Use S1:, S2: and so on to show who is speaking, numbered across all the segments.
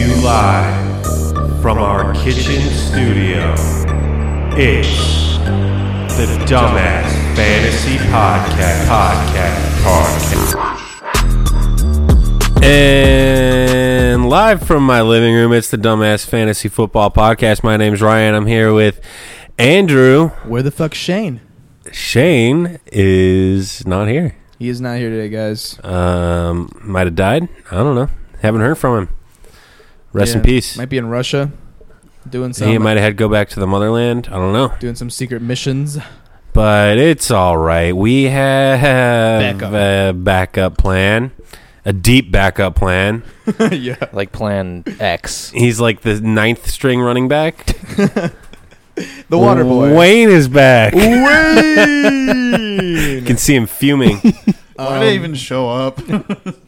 S1: Live from our kitchen studio, it's the Dumbass Fantasy Podcast. Podcast. Podcast.
S2: And live from my living room, it's the Dumbass Fantasy Football Podcast. My name's Ryan. I'm here with Andrew.
S3: Where the fuck's Shane?
S2: Shane is not here.
S3: He is not here today, guys.
S2: Um, might have died. I don't know. Haven't heard from him. Rest in
S3: Yeah,
S2: peace.
S3: Might be in Russia, doing
S2: he
S3: some
S2: might have had to go back to the motherland. I don't know.
S3: doing some secret missions.
S2: But it's all right. We have
S3: Backup.
S2: a backup plan, a deep backup plan.
S3: yeah,
S4: like plan X.
S2: He's like the ninth string running back.
S3: the water boy.
S2: Wayne is back. You
S3: Wayne.
S2: can see him fuming.
S5: Why did I
S4: Um,
S5: even show up?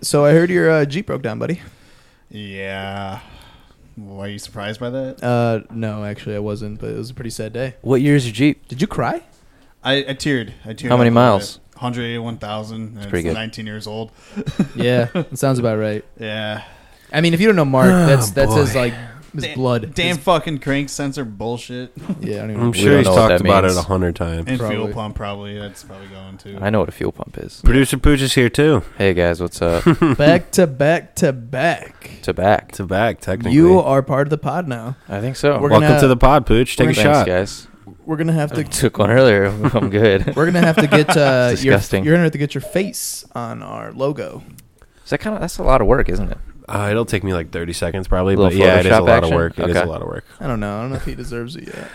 S3: so I heard your uh, Jeep broke down, buddy.
S5: yeah. Why are you surprised by that?
S3: Uh, no, actually I wasn't, but it was a pretty sad day.
S4: What year is your Jeep?
S3: Did you cry?
S5: I, I teared. I teared.
S4: How
S5: up
S4: many
S5: a little
S4: miles?
S5: bit. 181,000. That's
S4: pretty good.
S5: 19 years old.
S3: Yeah, that sounds about right.
S5: Yeah.
S3: I mean, if you don't know Mark, that's
S2: Oh,
S3: that's his
S2: boy.
S3: like his
S5: Damn-
S3: blood.
S5: Damn
S3: His-
S5: fucking crank sensor bullshit.
S3: yeah, I don't even
S2: I'm
S3: know.
S2: sure
S4: don't
S2: he's
S4: know what
S2: talked
S4: that
S2: about
S4: means.
S2: it a hundred times.
S5: And
S3: Probably.
S5: fuel pump, probably. That's probably going to.
S4: I know what a fuel pump is.
S2: Producer Pooch is here too.
S4: Hey guys, what's up?
S3: back to back to back.
S4: to back.
S2: To back, technically.
S3: You are part of the pod now.
S4: I think so.
S3: We're
S2: Welcome
S3: gonna-
S2: to the pod, Pooch. Take a
S4: Thanks,
S2: shot.
S4: guys.
S3: We're gonna have
S4: I
S3: to
S4: took one earlier. I'm good.
S3: We're gonna have to get uh,
S4: It's
S3: your,
S4: disgusting.
S3: you're gonna have to get your face on our logo.
S4: Is that kind of that's a lot of work, isn't it?
S2: Uh, it'll take me like 30 seconds probably,
S4: Little
S2: but yeah, it is a
S4: Photoshop
S2: lot of
S4: action?
S2: work. It is a
S4: Okay.
S2: lot of work.
S3: I don't know. I don't know if he deserves it yet.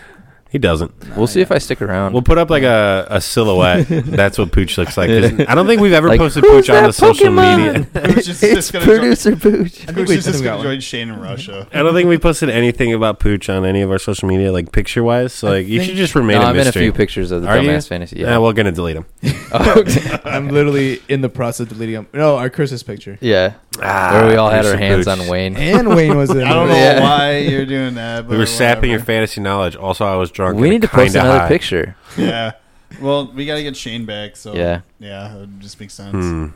S2: He doesn't.
S4: we'll see if I stick around.
S2: We'll put up like a, a silhouette. That's what Pooch looks like. 'Cause I don't think we've ever
S4: Like,
S2: posted
S4: "Who's
S2: Pooch on
S4: that
S2: the social
S4: Pokemon?"
S2: media.
S5: Who's just-
S4: it's
S5: just gonna join-
S4: producer
S3: I
S4: Pooch.
S5: Who's
S3: think we
S5: just
S3: just got
S5: going to
S3: one.
S5: join Shane in Russia.
S2: I don't think we posted anything about Pooch on any of our social media, like picture wise. So
S3: I
S2: like, you
S3: think-
S2: should just remain
S4: No,
S2: a
S4: I'm in a
S2: mystery.
S4: few pictures of the
S2: Are you? Uh,
S4: dumbass fantasy.
S2: Yeah,
S4: Yeah.
S2: we're gonna delete him.
S4: Oh, okay.
S3: I'm literally in the process of deleting him. No, our Christmas picture.
S4: yeah.
S2: Ah,
S4: Where we all had
S2: Pooch
S4: our
S2: and
S4: hands
S2: Pooch.
S4: on Wayne.
S3: And Wayne was in.
S5: I don't know
S3: it.
S4: Yeah.
S5: why you're doing that. But
S2: We were sapping your
S5: whatever.
S2: fantasy knowledge. Also, I was drunk.
S4: We
S2: and
S4: need to
S2: kinda
S4: post another
S2: high.
S4: picture.
S5: Yeah. Well, we got to get Shane back. So,
S4: Yeah.
S5: Yeah. It would just makes sense.
S2: Hmm.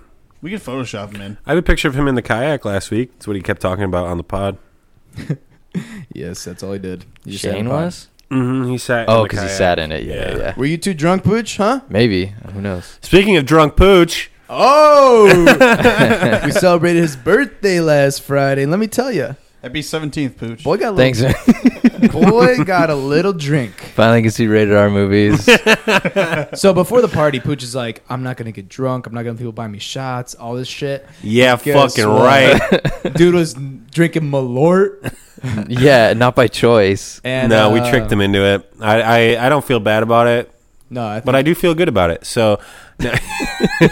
S5: We can Photoshop him in.
S2: I have a picture of him in the kayak last week. That's what he kept talking about on the pod.
S3: Yes, that's all he did. He just sat in
S4: Shane
S3: the pod.
S4: was.
S2: Mm-hmm. He sat.
S4: Oh,
S2: because
S4: because he sat in it. Yeah,
S2: Yeah.
S4: yeah. yeah.
S3: Were you too drunk, Pooch? Huh?
S4: Maybe. Who knows?
S2: Speaking of drunk pooch,
S3: Oh! we celebrated his birthday last Friday. And let me tell you,
S5: That'd be 17th, Pooch.
S3: boy got a
S4: Thanks.
S3: little, boy got a little drink.
S4: Finally, can see rated R movies.
S3: So before the party, Pooch is like, "I'm not gonna get drunk. I'm not gonna let people buy me shots. All this shit."
S2: yeah,
S3: Guess
S2: fucking
S3: what?
S2: right.
S3: Dude was drinking Malort.
S4: yeah, not by choice.
S3: And
S2: no, we
S3: uh,
S2: tricked him into it. I, I, I don't feel bad about it,
S3: No, I think,
S2: but I do feel good about it. So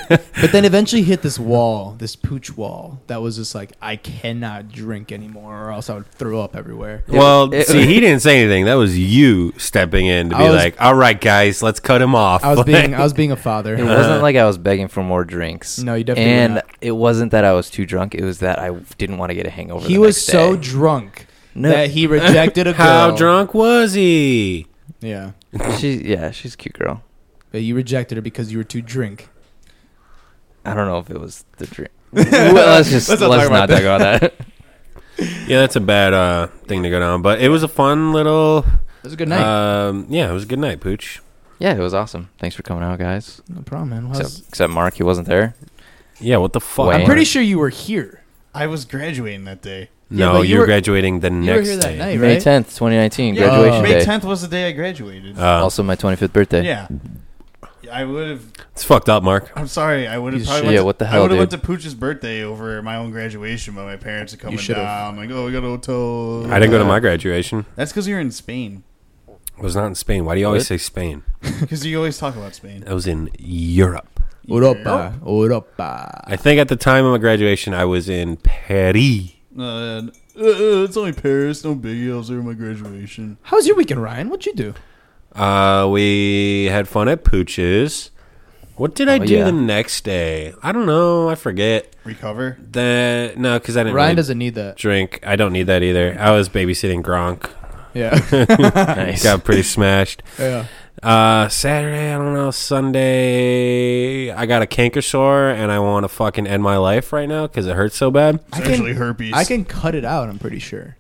S3: but then eventually hit this wall, this pooch wall that was just like I cannot drink anymore, or else I would throw up everywhere.
S2: well,
S4: it-
S2: see, he didn't say anything. That was you stepping in to be
S3: I was-
S2: like, "All right, guys, let's cut him off."
S3: I was being I was being a father.
S4: It wasn't like I was begging for more drinks.
S3: Uh-huh. No, you definitely
S4: And
S3: were not.
S4: it wasn't that I was too drunk. It was that I didn't want to get a hangover.
S3: he
S4: the
S3: was
S4: next
S3: so
S4: day.
S3: drunk
S4: No.
S3: that he rejected a girl.
S2: How drunk was he?
S3: Yeah,
S4: she, yeah, she's a cute girl.
S3: but you rejected her because you were too drink.
S4: I don't know if it was the drink. well, let's just let's,
S3: Let's not talk
S4: not
S3: about
S4: talk about that.
S2: Yeah, that's a bad uh, thing to go down, but it was a fun little.
S3: It was a good night.
S4: Uh,
S2: Um, yeah, it was a good night, pooch.
S4: yeah, it was awesome. Thanks for coming out, guys.
S3: no problem, man. Well, I
S4: Except,
S3: was-
S4: except Mark, he wasn't there.
S2: Yeah, what the fuck?
S4: Wayne.
S3: I'm pretty sure you were here.
S5: I was graduating that day.
S2: No,
S3: Yeah, but
S2: you,
S3: you
S2: were
S3: were-
S2: graduating the
S3: You were
S2: next
S3: here that
S2: day.
S3: night,
S4: May
S3: right?
S4: tenth, twenty nineteen,
S5: Yeah,
S4: graduation
S5: May
S4: day.
S5: 10th was the day I graduated.
S2: Uh,
S4: also my twenty fifth birthday.
S5: yeah. I would have.
S2: it's fucked up, Mark.
S5: I'm sorry. I would have
S3: Piece of
S5: probably.
S3: shit.
S5: went
S4: Yeah,
S5: to-
S4: what the
S5: I
S4: hell,
S5: would have went to
S4: dude?
S5: Pooch's birthday over my own graduation, but my parents are coming
S3: should've.
S5: down. Like, oh, we got a hotel.
S2: I didn't go to my graduation.
S5: That's because you're in Spain.
S2: I was not in Spain. Why do you always say
S4: What?
S2: Spain?
S5: Because you always talk about Spain.
S2: I was in Europe.
S3: Europa, Europa.
S2: I think at the time of my graduation, I was in Paris.
S5: Uh, uh, uh, it's only Paris. No biggie. I was there at my graduation.
S3: How was your weekend, Ryan? What'd you do?
S2: Uh, we had fun at Pooch's. What did I
S4: Oh,
S2: do
S4: yeah.
S2: the next day? I don't know. I forget.
S5: Recover.
S2: That no, because I didn't
S3: Ryan
S2: really
S3: doesn't need that.
S2: drink. I don't need that either. I was babysitting Gronk.
S3: Yeah,
S4: nice.
S2: Got pretty smashed.
S3: yeah.
S2: Uh, Saturday, I don't know. Sunday, I got a canker sore, and I want to fucking end my life right now because it hurts so bad.
S5: It's
S3: I can-
S5: actually herpes.
S3: I can cut it out. I'm pretty sure.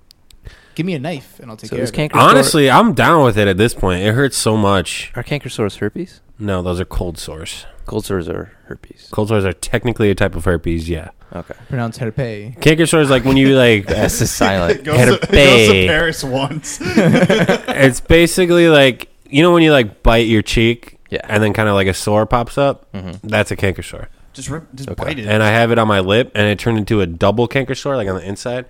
S3: give me a knife and I'll take
S4: So
S3: care
S4: is
S3: of it.
S4: canker
S2: Honestly, I'm down with it at this point. It hurts so much.
S4: are canker sores herpes?
S2: No, those are cold sores.
S4: Cold sores are herpes.
S2: Cold sores are technically a type of herpes. Yeah,
S4: Okay.
S3: Pronounce herpe.
S2: canker sores like when you like.
S4: The S is silent.
S5: Goes to,
S2: Herpes.
S5: goes to Paris once.
S2: it's basically like you know when you like bite your cheek.
S4: Yeah. Mm-hmm.
S2: And then kind of like a sore pops up. That's a canker sore.
S5: Just rip, just
S4: Okay.
S5: bite it.
S2: And I have it on my lip, and it turned into a double canker sore, like on the inside.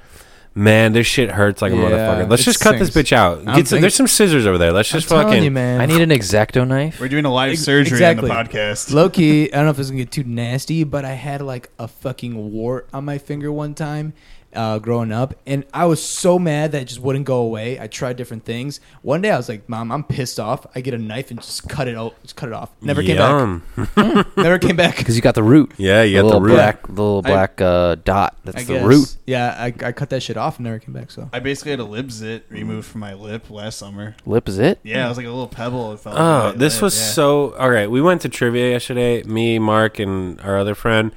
S2: Man, this shit hurts like a
S3: Yeah,
S2: motherfucker. Let's
S3: it
S2: just cut this
S3: stings.
S2: bitch out.
S3: I'm
S2: Get some,
S3: thinking-
S2: there's some scissors over there. Let's just
S3: I'm telling
S2: fucking.
S3: you, man.
S4: I need an exacto knife.
S5: We're doing a live
S3: Ex-
S5: surgery
S3: exactly.
S5: on the podcast.
S3: Low key, I don't know if it's gonna get too nasty, but I had like a fucking wart on my finger one time uh, growing up, and I was so mad that it just wouldn't go away. I tried different things. One day I was like, "Mom, I'm pissed off." I get a knife and just cut it out, just cut it off. Never came
S2: Yum.
S3: back. Never came back.
S4: Because you got the root.
S2: Yeah, you got
S4: the
S2: the
S4: little
S2: root.
S4: Black, the little
S5: I-
S4: black uh, dot. That's
S3: I
S4: the
S3: guess.
S4: root.
S3: Yeah, I, I cut that shit off and never came back. So
S5: I basically had a lip zit removed from my lip last summer.
S4: Lip is it?
S5: Yeah, it was like a little pebble. It felt
S2: Oh, this was so all right. We went to trivia yesterday. Me, Mark, and our other friend,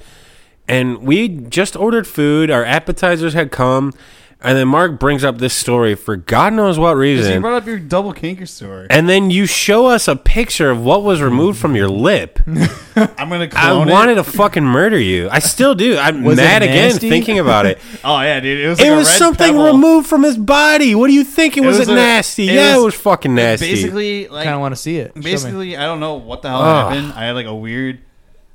S2: and we just ordered food. Our appetizers had come, and then Mark brings up this story for God knows what
S5: You
S2: reason.
S5: brought up your double canker story.
S2: And then you show us a picture of what was removed from your lip.
S5: I'm gonna
S2: I
S5: clone
S2: wanted to
S5: it.
S2: fucking murder you. I still do. I'm
S3: Was it
S2: mad again
S3: nasty?
S2: thinking about it.
S5: Oh yeah, dude, it was.
S2: it
S5: like a
S2: was
S5: red
S2: something
S5: pebble.
S2: removed from his body. What do you think? It,
S5: It
S2: wasn't
S5: a-
S2: nasty. yeah, it was fucking nasty.
S3: I
S5: Basically,
S3: kind of
S5: like
S3: want to see it. Show me.
S5: basically, I don't know what the hell
S2: Ugh.
S5: happened. I had like a weird.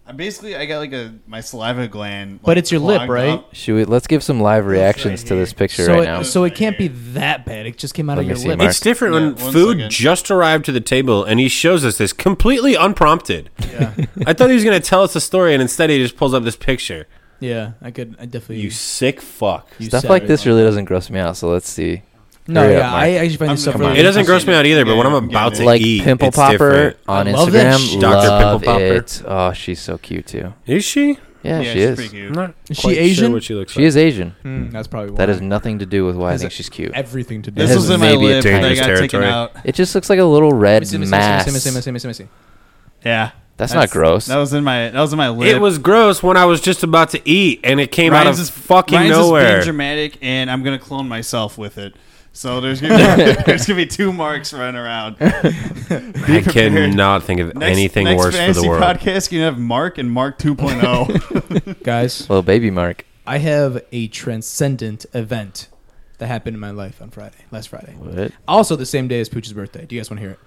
S5: I basically I got like a my saliva gland. like,
S3: But it's your lip,
S5: clogged
S3: right?
S5: up.
S4: Should we, let's give some live reactions to this picture
S3: so
S4: right
S3: it,
S4: now.
S3: so it can't be that bad. It just came out
S4: Let
S3: of
S4: me
S3: your
S4: see,
S3: lip.
S4: Mark.
S2: It's different
S5: Yeah,
S2: when
S5: one
S2: food
S5: second.
S2: just arrived to the table and he shows us this completely unprompted. I thought he was going to tell us a story and instead he just pulls up this picture.
S3: Yeah, I could. I definitely.
S2: You sick fuck.
S3: you
S4: Stuff
S3: said
S4: like
S3: it.
S4: this really doesn't gross me out, so let's see.
S3: No,
S4: Hurry up,
S3: yeah,
S4: Mark.
S3: I actually find this
S5: I'm-
S3: stuff
S5: come on.
S3: really.
S2: It doesn't gross me out either, but
S5: Yeah,
S2: when I'm
S5: I'm
S2: about
S5: getting
S2: to
S5: it.
S4: Like
S2: eat,
S4: Pimple
S2: it's
S4: Popper
S2: different.
S4: on
S3: I love that
S4: Instagram.
S3: shit.
S2: Dr. Pimple
S4: Love
S2: Popper.
S4: it. Oh, she's so cute, too.
S2: Is she?
S4: Yeah,
S5: Yeah,
S4: she
S5: she's
S4: is.
S5: pretty cute.
S2: I'm not
S3: Is she
S2: quite sure
S3: Asian?
S2: what she looks
S4: She
S2: like.
S4: is Asian.
S3: Mm, that's probably why.
S4: That has nothing to do with why I
S3: Has
S4: think
S3: it-
S4: she's cute.
S3: everything to do.
S5: This
S4: has
S5: was in my
S4: maybe a
S5: lip that I
S2: dangerous
S5: got taken
S2: territory.
S5: out.
S4: It just looks like a little red mass.
S5: Yeah,
S4: That's not gross.
S5: That was in my that was in my lip.
S2: It was gross when I was just about to eat and it came out of
S5: is-
S2: fucking
S5: Ryan's is
S2: nowhere.
S5: being dramatic, and I'm gonna clone myself with it. So there's gonna be, there's gonna be two marks running around.
S2: I
S5: prepared.
S2: cannot think of
S5: Next-
S2: anything
S5: next
S2: worse for
S5: fantasy
S2: the world.
S5: Podcast, you have Mark and Mark oh. 2.0.
S3: Guys,
S4: Little baby mark.
S3: I have a transcendent event that happened in my life on Friday, last Friday.
S4: What?
S3: Also, the same day as Pooch's birthday. Do you guys want to hear it?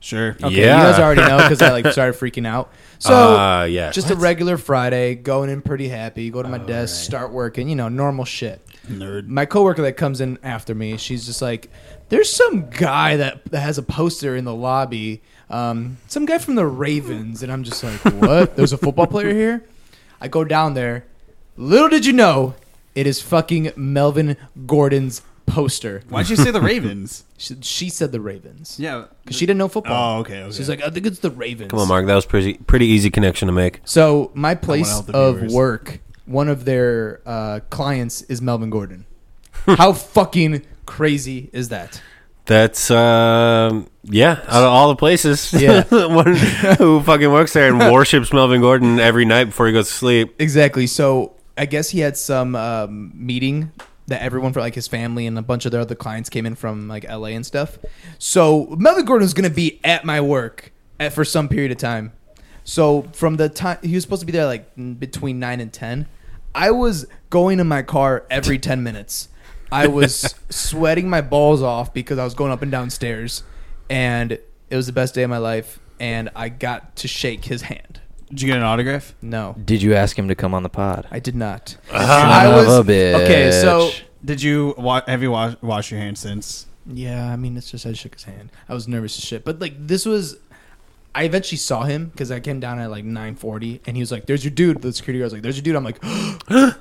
S5: sure.
S2: Okay.
S3: You
S2: Yeah.
S3: guys already know because I like started freaking out. So
S2: Uh, yeah.
S3: just a regular Friday, going in pretty happy, go to my desk, start working, you know, normal shit.
S5: Nerd.
S3: My coworker that comes in after me, she's just like, "There's some guy that, that has a poster in the lobby, um, some guy from the Ravens," and I'm just like, "What? There's a football player here?" I go down there. Little did you know, it is fucking Melvin Gordon's poster.
S5: Why'd you say the Ravens?
S3: She, she said the Ravens
S5: yeah,
S3: because she didn't know football.
S5: Oh, okay. okay.
S3: She's like, "I think it's the Ravens."
S2: Come on, Mark. That was pretty, pretty easy connection to make.
S3: So my place
S5: help the
S3: of
S5: viewers.
S3: work, one of their uh, clients is Melvin Gordon. How fucking crazy is that?
S2: That's um, yeah. Out of all the places,
S3: Yeah.
S2: one who fucking works there and worships Melvin Gordon every night before he goes to sleep.
S3: Exactly. So I guess he had some um, meeting that everyone from like his family and a bunch of their other clients came in from like LA and stuff. So Melvin Gordon was going to be at my work at, for some period of time. So from the time he was supposed to be there like n- between 9 and 10, I was going in my car every 10 minutes. I was sweating my balls off because I was going up and down stairs and it was the best day of my life and I got to shake his hand.
S5: did you get an autograph?
S3: No.
S4: Did you ask him to come on the pod?
S3: I did not.
S4: Son
S3: I
S4: of
S3: was-
S4: a bitch.
S3: okay, so-
S5: Did you wa- have you wa- washed your hands since?
S3: Yeah, I mean, it's just I shook his hand. I was nervous as shit, but like this was. I eventually saw him because I came down at like 9:40, and he was like, "There's your dude." The security guard was like, "There's your dude." I'm like,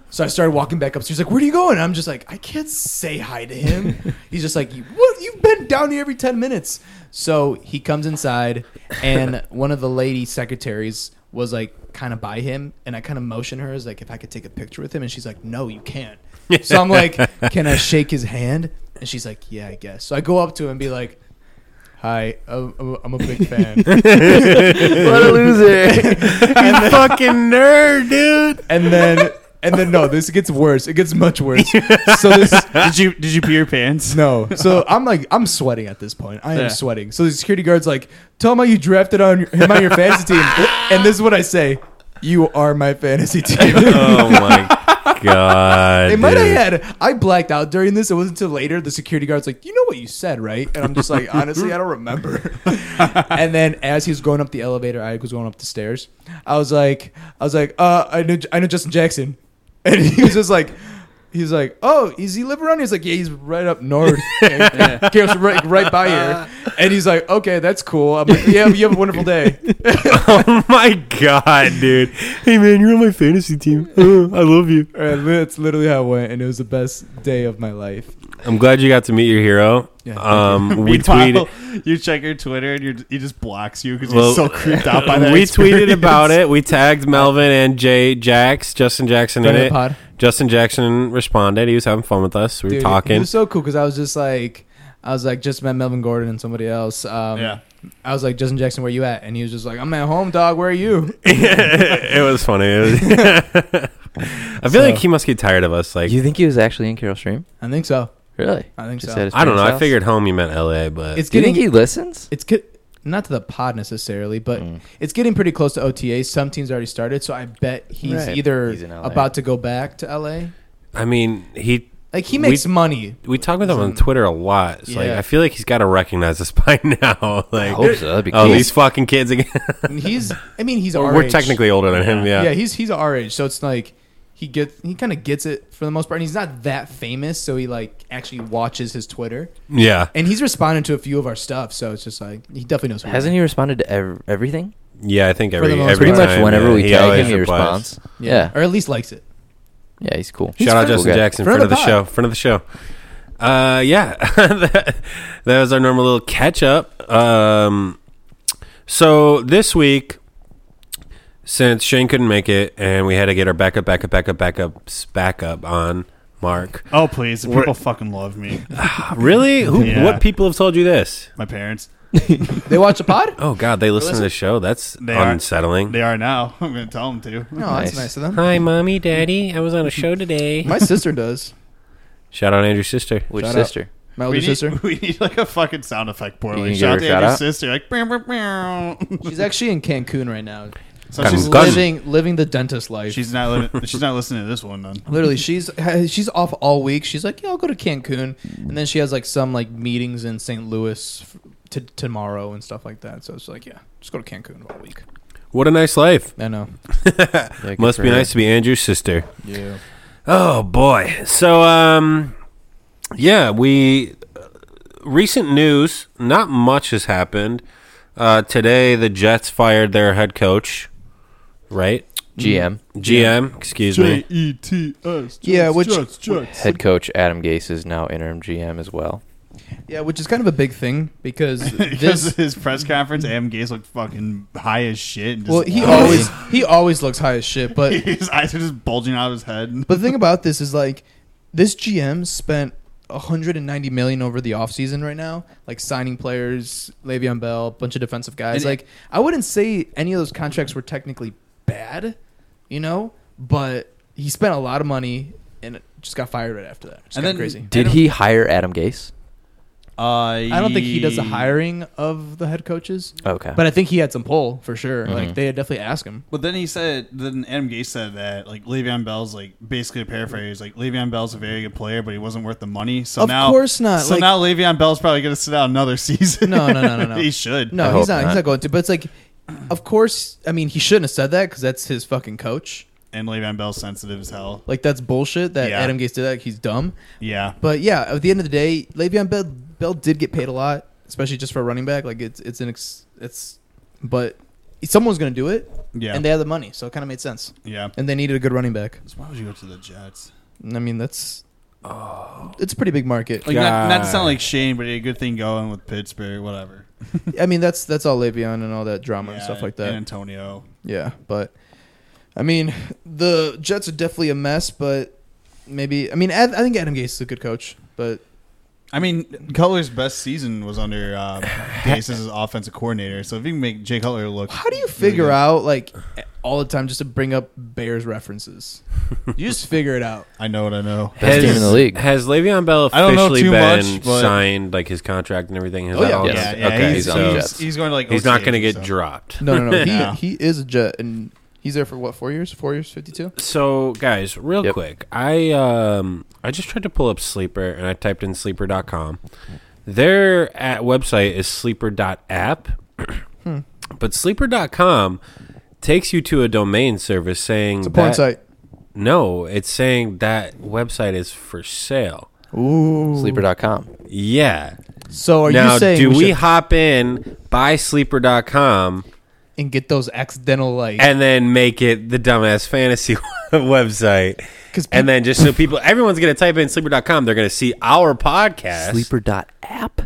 S3: so I started walking back up. So he's like, "Where are you going?" I'm just like, "I can't say hi to him." he's just like, "You- "What? You've been down here every 10 minutes." So he comes inside, and one of the lady secretaries was like, kind of by him, and I kind of motioned her as like if I could take a picture with him, and she's like, "No, you can't." So I'm like, "Can I shake his hand?" And she's like, "Yeah, I guess." So I go up to him and be like. Hi, I'm I'm- I'm a big fan.
S4: what a loser.
S2: You fucking nerd, dude.
S3: And then And then no, this gets worse. It gets much worse. so this
S5: did you did you pee your pants?
S3: no. So I'm like I'm sweating at this point. I am
S5: Yeah.
S3: sweating. So the security guard's like, "Tell him how you drafted on your, him on your fantasy team." And this is what I say: "You are my fantasy team."
S2: Oh my god.
S3: They might
S2: dude.
S3: have had. I blacked out during this. It wasn't until later the security guard's like, "You know what you said, right?" And I'm just like, "Honestly, I don't remember." and then as he was going up the elevator, I was going up the stairs. I was like, "I was like, uh, I know, I know Justin Jackson," and he was just like. He's like, oh, is he live around? here?" He's like, yeah, he's right up north. yeah. right, right by here. And he's like, okay, that's cool. I'm like, yeah, you have a wonderful day.
S2: Oh my god, dude. Hey man, you're on my fantasy team. Uh, I love you.
S3: And that's literally how it went. And it was the best day of my life.
S2: I'm glad you got to meet your hero.
S3: Yeah.
S2: Um, we tweeted.
S5: Meanwhile, you check your Twitter and you're, he just blocks you because
S2: Well,
S5: he's so creeped out by that.
S2: we
S5: experience.
S2: tweeted about it. We tagged Melvin and Jay Jax, Justin Jackson in
S3: Friend of
S2: it.
S3: the pod.
S2: Justin Jackson responded. He was having fun with us. We were
S3: Dude, It
S2: talking.
S3: was so cool because I was just like, I was like, just met Melvin Gordon and somebody else. Um,
S5: Yeah.
S3: I was like, Justin Jackson, where you at? And he was just like, I'm at home, dog. Where are you?
S2: it was funny. It was- I feel like
S3: So-
S2: he must get tired of us. Like
S4: you think he was actually in Carol Stream?
S3: I think so.
S4: Really?
S3: I think
S4: Just
S3: so.
S4: had his
S2: I don't know.
S4: parents'
S2: I
S4: house?
S2: figured home you meant L.A., but
S3: It's
S4: Do you
S3: getting
S4: think he listens?
S3: it's good. Not to the pod necessarily, but it's getting pretty close to OTA. Some teams already started, so I bet he's
S4: Right.
S3: either
S4: He's in LA.
S3: about to go back to LA.
S2: I mean he.
S3: Like he
S2: We-
S3: makes money.
S2: We talk with him on Twitter a lot. So like
S3: Yeah.
S2: I feel like he's got to recognize us by now.
S4: I
S2: like
S4: hope so. That'd be
S2: oh,
S4: cool.
S2: these fucking kids again.
S3: And he's, I mean, he's our
S2: We're
S3: age.
S2: technically older than him.
S3: yeah.
S2: Yeah.
S3: he's he's our age, so it's like he gets he kind of gets it for the most part. And he's not that famous, so he like actually watches his Twitter.
S2: Yeah.
S3: And he's responded to a few of our stuff, so it's just like he definitely knows. who we
S4: Hasn't
S3: are.
S4: he responded to ev- everything?
S2: Yeah, I think
S3: the
S2: every
S3: most
S2: every
S4: Pretty
S3: Every
S4: much
S2: time,
S4: whenever
S2: yeah,
S4: we
S2: he
S4: tag
S2: always
S4: him, he
S2: replies.
S4: responds. Yeah.
S3: or at least likes it.
S4: Yeah, he's cool.
S2: Shout out
S4: cool
S2: Justin
S4: guy.
S2: Jackson,
S3: Friend
S2: friend
S3: of
S2: of the
S3: the
S2: show, friend of the show. Uh, yeah, that, that was our normal little catch up. Um, so this week, since Shane couldn't make it, and we had to get our backup, backup, backup, backups, backup on Mark.
S5: Oh please, the
S2: We're-
S5: people fucking love me.
S2: Really? Who?
S5: Yeah.
S2: What people have told you this?
S5: My parents,
S3: They watch the pod.
S2: Oh God, they listen to the show. That's
S5: They are-
S2: unsettling.
S5: they are now. I'm gonna tell them to.
S3: No, that's
S4: Nice.
S3: nice of them.
S2: Hi, mommy, daddy. I was on a show today.
S3: My sister does.
S2: Shout out Andrew's sister.
S4: Which
S3: Shout out.
S4: sister?
S3: My
S5: We
S3: older
S5: need,
S3: sister.
S5: we need like a fucking sound effect board.
S4: You
S5: Like
S4: can give her a
S5: shout out to
S4: shout
S5: Andrew's
S4: out?
S5: sister. Like, meow, meow, meow.
S3: She's actually in Cancun right now.
S5: so
S2: Gun,
S5: Oh, she's,
S3: She's
S2: gun.
S3: living living the dentist life.
S5: she's not living, she's not listening to this one then.
S3: Literally, she's she's off all week. She's like, yeah, I'll go to Cancun, and then she has like some like meetings in St. Louis f- to tomorrow and stuff like that. So it's like, yeah, just go to Cancun all week.
S2: What a nice life.
S3: I know.
S4: Yeah, good
S2: Must
S4: for
S2: be
S4: her.
S2: nice to be Andrew's sister.
S3: Yeah.
S2: Oh boy. So um yeah, we recent news, not much has happened. Uh today the Jets fired their head coach, right?
S4: GM
S2: GM, excuse me.
S5: E T S.
S3: Yeah, which-
S4: head coach Adam Gase is now interim GM as well.
S3: Yeah, which is kind of a big thing because
S5: Because
S3: this.
S5: his press conference, Adam Gase looked fucking high as shit. And just
S3: Well, he
S5: lost.
S3: always he always looks high as shit, but
S5: his eyes are just bulging out of his head.
S3: But the thing about this is like this GM spent 190 million over the offseason right now, like signing players, Le'Veon Bell, bunch of defensive guys.
S5: And-
S3: like I wouldn't say any of those contracts were technically bad, you know, but he spent a lot of money and just got fired right after that. Just
S5: And
S3: kinda
S5: then-
S3: crazy.
S4: Did
S5: Adam-
S4: he hire Adam Gase?
S3: I don't think he does the hiring of the head coaches,
S4: Okay.
S3: but I think he had some pull for sure. Like
S4: Mhm.
S3: they had definitely asked him.
S5: But then he said, then Adam Gase said that like Le'Veon Bell's like basically a paraphrase, like Le'Veon Bell's a very good player, but he wasn't worth the money. So
S3: Of
S5: now,
S3: course not,
S5: So
S3: like-
S5: now Le'Veon Bell's probably going to sit out another season.
S3: No, no, no, no, no.
S5: he should.
S4: I
S3: No, he's
S4: hope
S3: not, He's
S4: not.
S3: not going to. But it's like, of course. I mean, he shouldn't have said that because that's his fucking coach.
S5: And Le'Veon Bell's sensitive as hell.
S3: Like that's bullshit that
S5: Yeah.
S3: Adam Gase did that. He's dumb.
S5: Yeah.
S3: But yeah, at the end of the day, Le'Veon Bell, Bell did get paid a lot, especially just for a running back. Like it's it's an ex, it's, but someone's gonna do it,
S5: Yeah.
S3: and they had the money, so it kind of made sense.
S5: yeah.
S3: And they needed a good running back.
S5: So why would you go to the Jets?
S3: I mean, that's
S5: Oh.
S3: it's a pretty big market.
S5: Like not, not to sound
S2: God.
S5: like Shane, but he had a good thing going with Pittsburgh, whatever.
S3: I mean, that's that's all Le'Veon and all that drama and
S5: Yeah,
S3: stuff like that.
S5: and Antonio.
S3: Yeah, but I mean, the Jets are definitely a mess, but maybe I mean, Ad, I think Adam Gase is a good coach, but
S5: I mean, Cutler's best season was under uh, um, Gase as his offensive coordinator. So if you can make Jay Cutler look,
S3: how do you figure out like all the time just to bring up Bears references. You just figure it out.
S5: I know what I know.
S4: Best game in the league.
S2: Has Le'Veon Bell
S5: I don't know
S2: officially
S5: too
S2: been
S5: much, but-
S2: signed, like his contract and everything? Has
S3: Oh,
S2: that
S3: yeah.
S2: all-
S4: Yes.
S5: Yeah, yeah,
S2: okay,
S5: he's,
S2: so
S4: on the
S5: he's,
S4: Jets.
S5: he's going to like.
S2: he's not
S5: OTAs,
S2: going to get
S5: so.
S2: dropped.
S3: No, no, no. He
S5: No.
S3: he is a Jet, and he's there for what four years? Four years, fifty-two.
S2: So, guys, real
S4: Yep.
S2: quick, I um I just tried to pull up Sleeper and I typed in sleeper.com. Their at website is sleeper.app.
S3: Hmm.
S2: But sleeper.com takes you to a domain service saying
S3: It's a porn
S2: that-
S3: site.
S2: No, it's saying that website is for sale.
S3: Ooh.
S4: Sleeper.com.
S2: Yeah.
S3: So are
S2: now,
S3: you saying
S2: do we
S3: should-
S2: hop in buy sleeper.com
S3: and get those accidental like?
S2: and then make it the dumbass fantasy website?
S3: 'Cause
S2: and
S3: peop-
S2: then just so people, everyone's going to type in sleeper.com. They're going to see our podcast.
S4: Sleeper.app?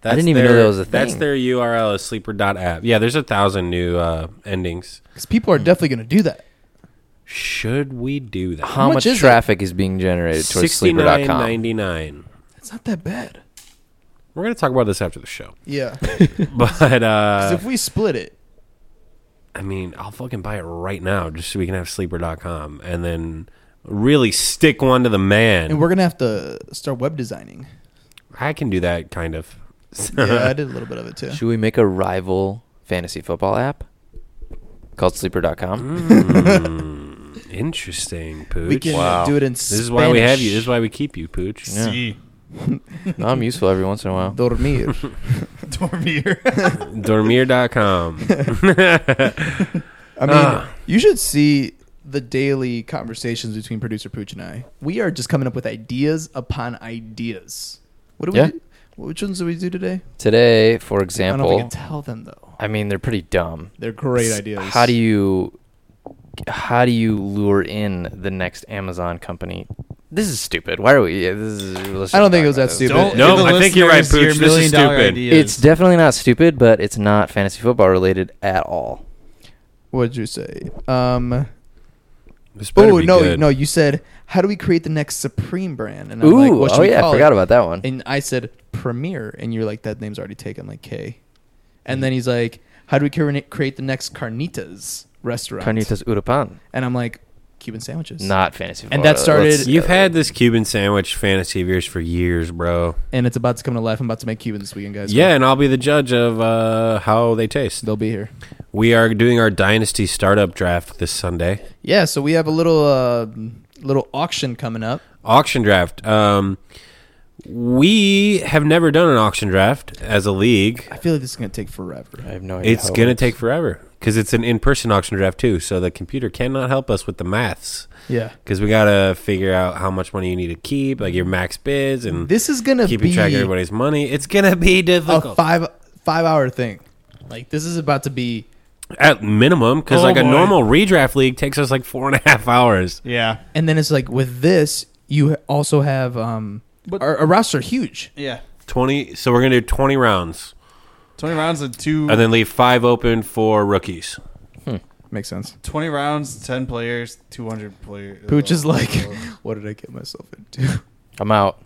S2: That's
S4: didn't even
S2: their,
S4: know that was a
S2: That's
S4: thing.
S2: their URL is sleeper.app. Yeah, there's a thousand new uh, endings.
S3: Because people are
S2: Hmm.
S3: definitely going to do that.
S2: Should we do that?
S4: How
S3: much
S4: much,
S3: is it?
S4: traffic is being generated towards sleeper.com?
S2: 69.99.
S3: It's not that bad.
S2: We're going to talk about this after the show.
S3: Yeah.
S2: But uh,
S3: if we split it,
S2: I mean, I'll fucking buy it right now just so we can have sleeper.com and then really stick one to the man.
S3: and we're going to have to start web designing.
S2: I can do that kind of.
S3: Yeah, I did a little bit of it too.
S4: Should we make a rival fantasy football app called sleeper.com?
S2: Interesting, Pooch.
S3: We can
S4: Wow.
S3: do it in
S2: This is why we have you. This is why we keep you, Pooch.
S4: Yeah.
S5: See,
S4: No, I'm useful every once in a while.
S3: Dormir.
S5: Dormier.
S2: Dormir.com.
S3: I mean, you should see the daily conversations between producer Pooch and I. We are just coming up with ideas upon ideas. What do we
S4: Yeah.
S3: do? Which ones do we do today?
S4: Today, for
S3: I don't know if we
S4: example,
S3: can tell them, though.
S4: I mean, they're pretty dumb.
S3: They're great
S4: S-
S3: ideas.
S4: How do you how do you lure in the next Amazon company? This is stupid. Why are we? Yeah, this is. let's
S3: I don't think it was
S4: just talk about
S3: that
S4: this.
S3: stupid.
S5: Don't
S2: No,
S5: give the
S2: I think you're right,
S5: listeners your
S2: Pooch. This is
S5: million dollar
S2: stupid.
S5: ideas.
S4: It's definitely not stupid, but it's not fantasy football related at all.
S3: What'd you say? Um,
S2: This better
S3: oh,
S2: be
S3: no,
S2: good.
S3: no. You said, how do we create the next Supreme brand? And
S4: Ooh,
S3: like, what should
S4: oh
S3: we
S4: yeah, I
S3: call it?
S4: forgot about that one.
S3: And I said Premier, and you're like, that name's already taken. like, K.
S4: Mm.
S3: And then he's like, how do we cre- create the next Carnitas restaurant?
S4: Carnitas Urapan,
S3: And I'm like, Cuban sandwiches.
S4: not fantasy football.
S3: And that
S4: related.
S3: started-
S2: You've had this Cuban sandwich fantasy of yours for years, bro.
S3: And it's about to come to life. I'm about to make Cuban this weekend, guys.
S2: yeah, and I'll be the judge of uh, how they taste.
S3: They'll be here.
S2: We are doing our dynasty startup draft this Sunday.
S3: Yeah, so we have a little uh, little auction coming up.
S2: Auction draft. Um, we have never done an auction draft as a league.
S3: I feel like this is going to take forever.
S4: I have no idea.
S2: It's
S4: how it
S2: going to
S4: works.
S2: take forever because it's an in person auction draft, too. So the computer cannot help us with the maths
S3: Yeah.
S2: because we got to figure out how much money you need to keep, like your max bids, and
S3: This is going to
S2: keeping
S3: be
S2: track of everybody's money. It's going to be
S3: a
S2: difficult.
S3: five five hour thing. Like, this is about to be.
S2: At minimum, because
S5: Oh,
S2: like a
S5: boy.
S2: normal redraft league takes us like four and a half hours.
S5: yeah,
S3: And then it's like, with this, you also have. um our, our roster huge.
S5: yeah.
S2: Twenty. So we're gonna do twenty rounds,
S5: Twenty rounds and two.
S2: and then leave five open for rookies.
S3: Makes sense.
S5: Twenty rounds, ten players, two hundred uh, players.
S3: Pooch is like, what did I get myself into?
S4: I'm out.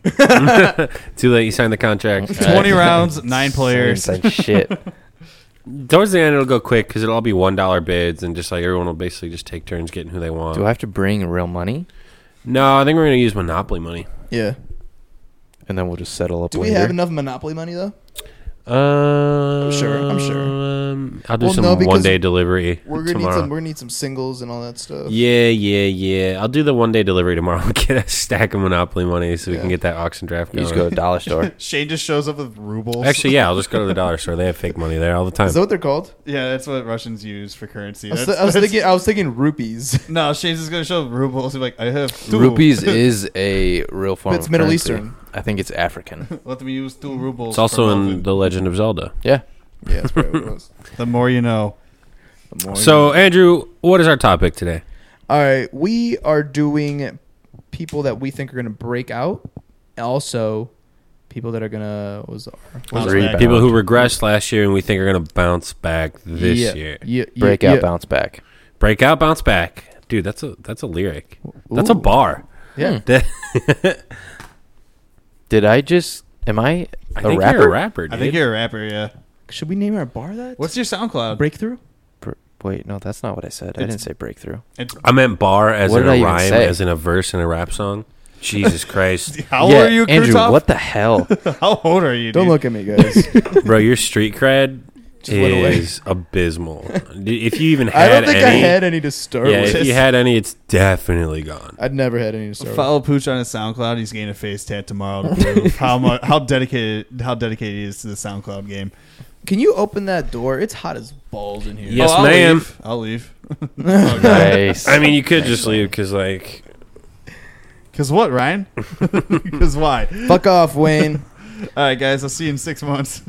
S2: Too late. You signed the contract.
S5: twenty rounds, nine players.
S4: Same shit.
S2: Towards the end, it'll go quick because it'll all be one dollar bids, and just like everyone will basically just take turns getting who they want.
S4: Do I have to bring real money,
S2: no, I think we're gonna use Monopoly money.
S3: Yeah.
S4: and then we'll just settle up
S3: Do we
S4: later?
S3: have enough Monopoly money though?
S2: Um,
S3: sure, I'm sure.
S2: Um, I'll do
S3: Well,
S2: some
S3: no, because
S2: one day delivery
S3: We're gonna
S2: tomorrow.
S3: need some. We're gonna need some singles and all that stuff.
S2: yeah, yeah, yeah. I'll do the one day delivery tomorrow. Get a stack of Monopoly money so we can
S3: Yeah.
S2: get that auction draft
S4: You
S2: going.
S4: just go to dollar store.
S5: Shane just shows up with rubles.
S2: Actually, yeah, I'll just go to the dollar store. They have fake money there all the time.
S3: Is that what they're called?
S5: yeah, that's what Russians use for currency.
S3: I was,
S5: That's-
S3: I was
S5: that's-
S3: thinking. I was thinking rupees.
S5: No, Shane's just gonna show up rubles. He's like, I have two.
S4: Rupees is a real form.
S3: It's
S4: of
S3: Middle
S4: currency.
S3: Eastern.
S4: I think it's African.
S5: Let me use two rubles.
S2: It's
S5: for
S2: also in
S5: nothing.
S2: The Legend of Zelda.
S4: Yeah.
S3: yeah, that's probably what it was.
S5: The more you know.
S3: The more you-
S2: So, Andrew, what is our topic today?
S3: all right, we are doing people that we think are gonna break out, and also people that are gonna what was the R?
S5: Bounce
S4: Three
S5: back.
S2: People who regressed last year and we think are going to bounce back this
S3: yeah,
S2: year.
S3: yeah, yeah,
S4: Break out,
S3: yeah.
S4: bounce back.
S2: Break out, bounce back. Dude, that's a that's a lyric. That's a
S3: Ooh.
S2: bar.
S3: Yeah,
S4: Hmm. Did I just? Am
S2: I
S4: I a
S2: think
S4: rapper?
S2: you're a rapper, dude.
S5: I think you're a rapper. Yeah.
S3: should we name our bar that?
S5: What's your SoundCloud?
S3: breakthrough?
S4: Br- Wait, no, that's not what I said. I
S5: It's-
S4: didn't say breakthrough.
S5: It's,
S2: I meant bar as
S4: What
S2: in
S4: did I
S2: a
S4: even
S2: rhyme,
S4: say?
S2: as in a verse in a rap song. Jesus Christ,
S5: how
S4: yeah,
S5: old are you,
S4: Andrew?
S5: Krutov?
S4: What the hell?
S5: How old are you?
S3: Don't
S5: dude?
S3: look at me, guys.
S2: bro, your street cred
S3: Just went away.
S2: is abysmal. If you even
S3: I
S2: had
S3: don't think I
S2: any,
S3: had any to start
S2: yeah,
S3: with.
S2: if you had any, it's definitely gone.
S3: I'd never had any to start with.
S5: Follow Pooch on his SoundCloud. He's getting a face tat tomorrow to prove how much how dedicated how dedicated he is to the SoundCloud game.
S3: Can you open that door? It's hot as balls in here.
S2: Yes,
S5: Oh, I'll
S2: ma'am.
S5: leave. I'll leave.
S4: nice.
S2: I mean, you could just leave because, like,
S5: Cause what, Ryan? Cause why?
S3: Fuck off, Wayne.
S5: All right, guys. I'll see you in six months.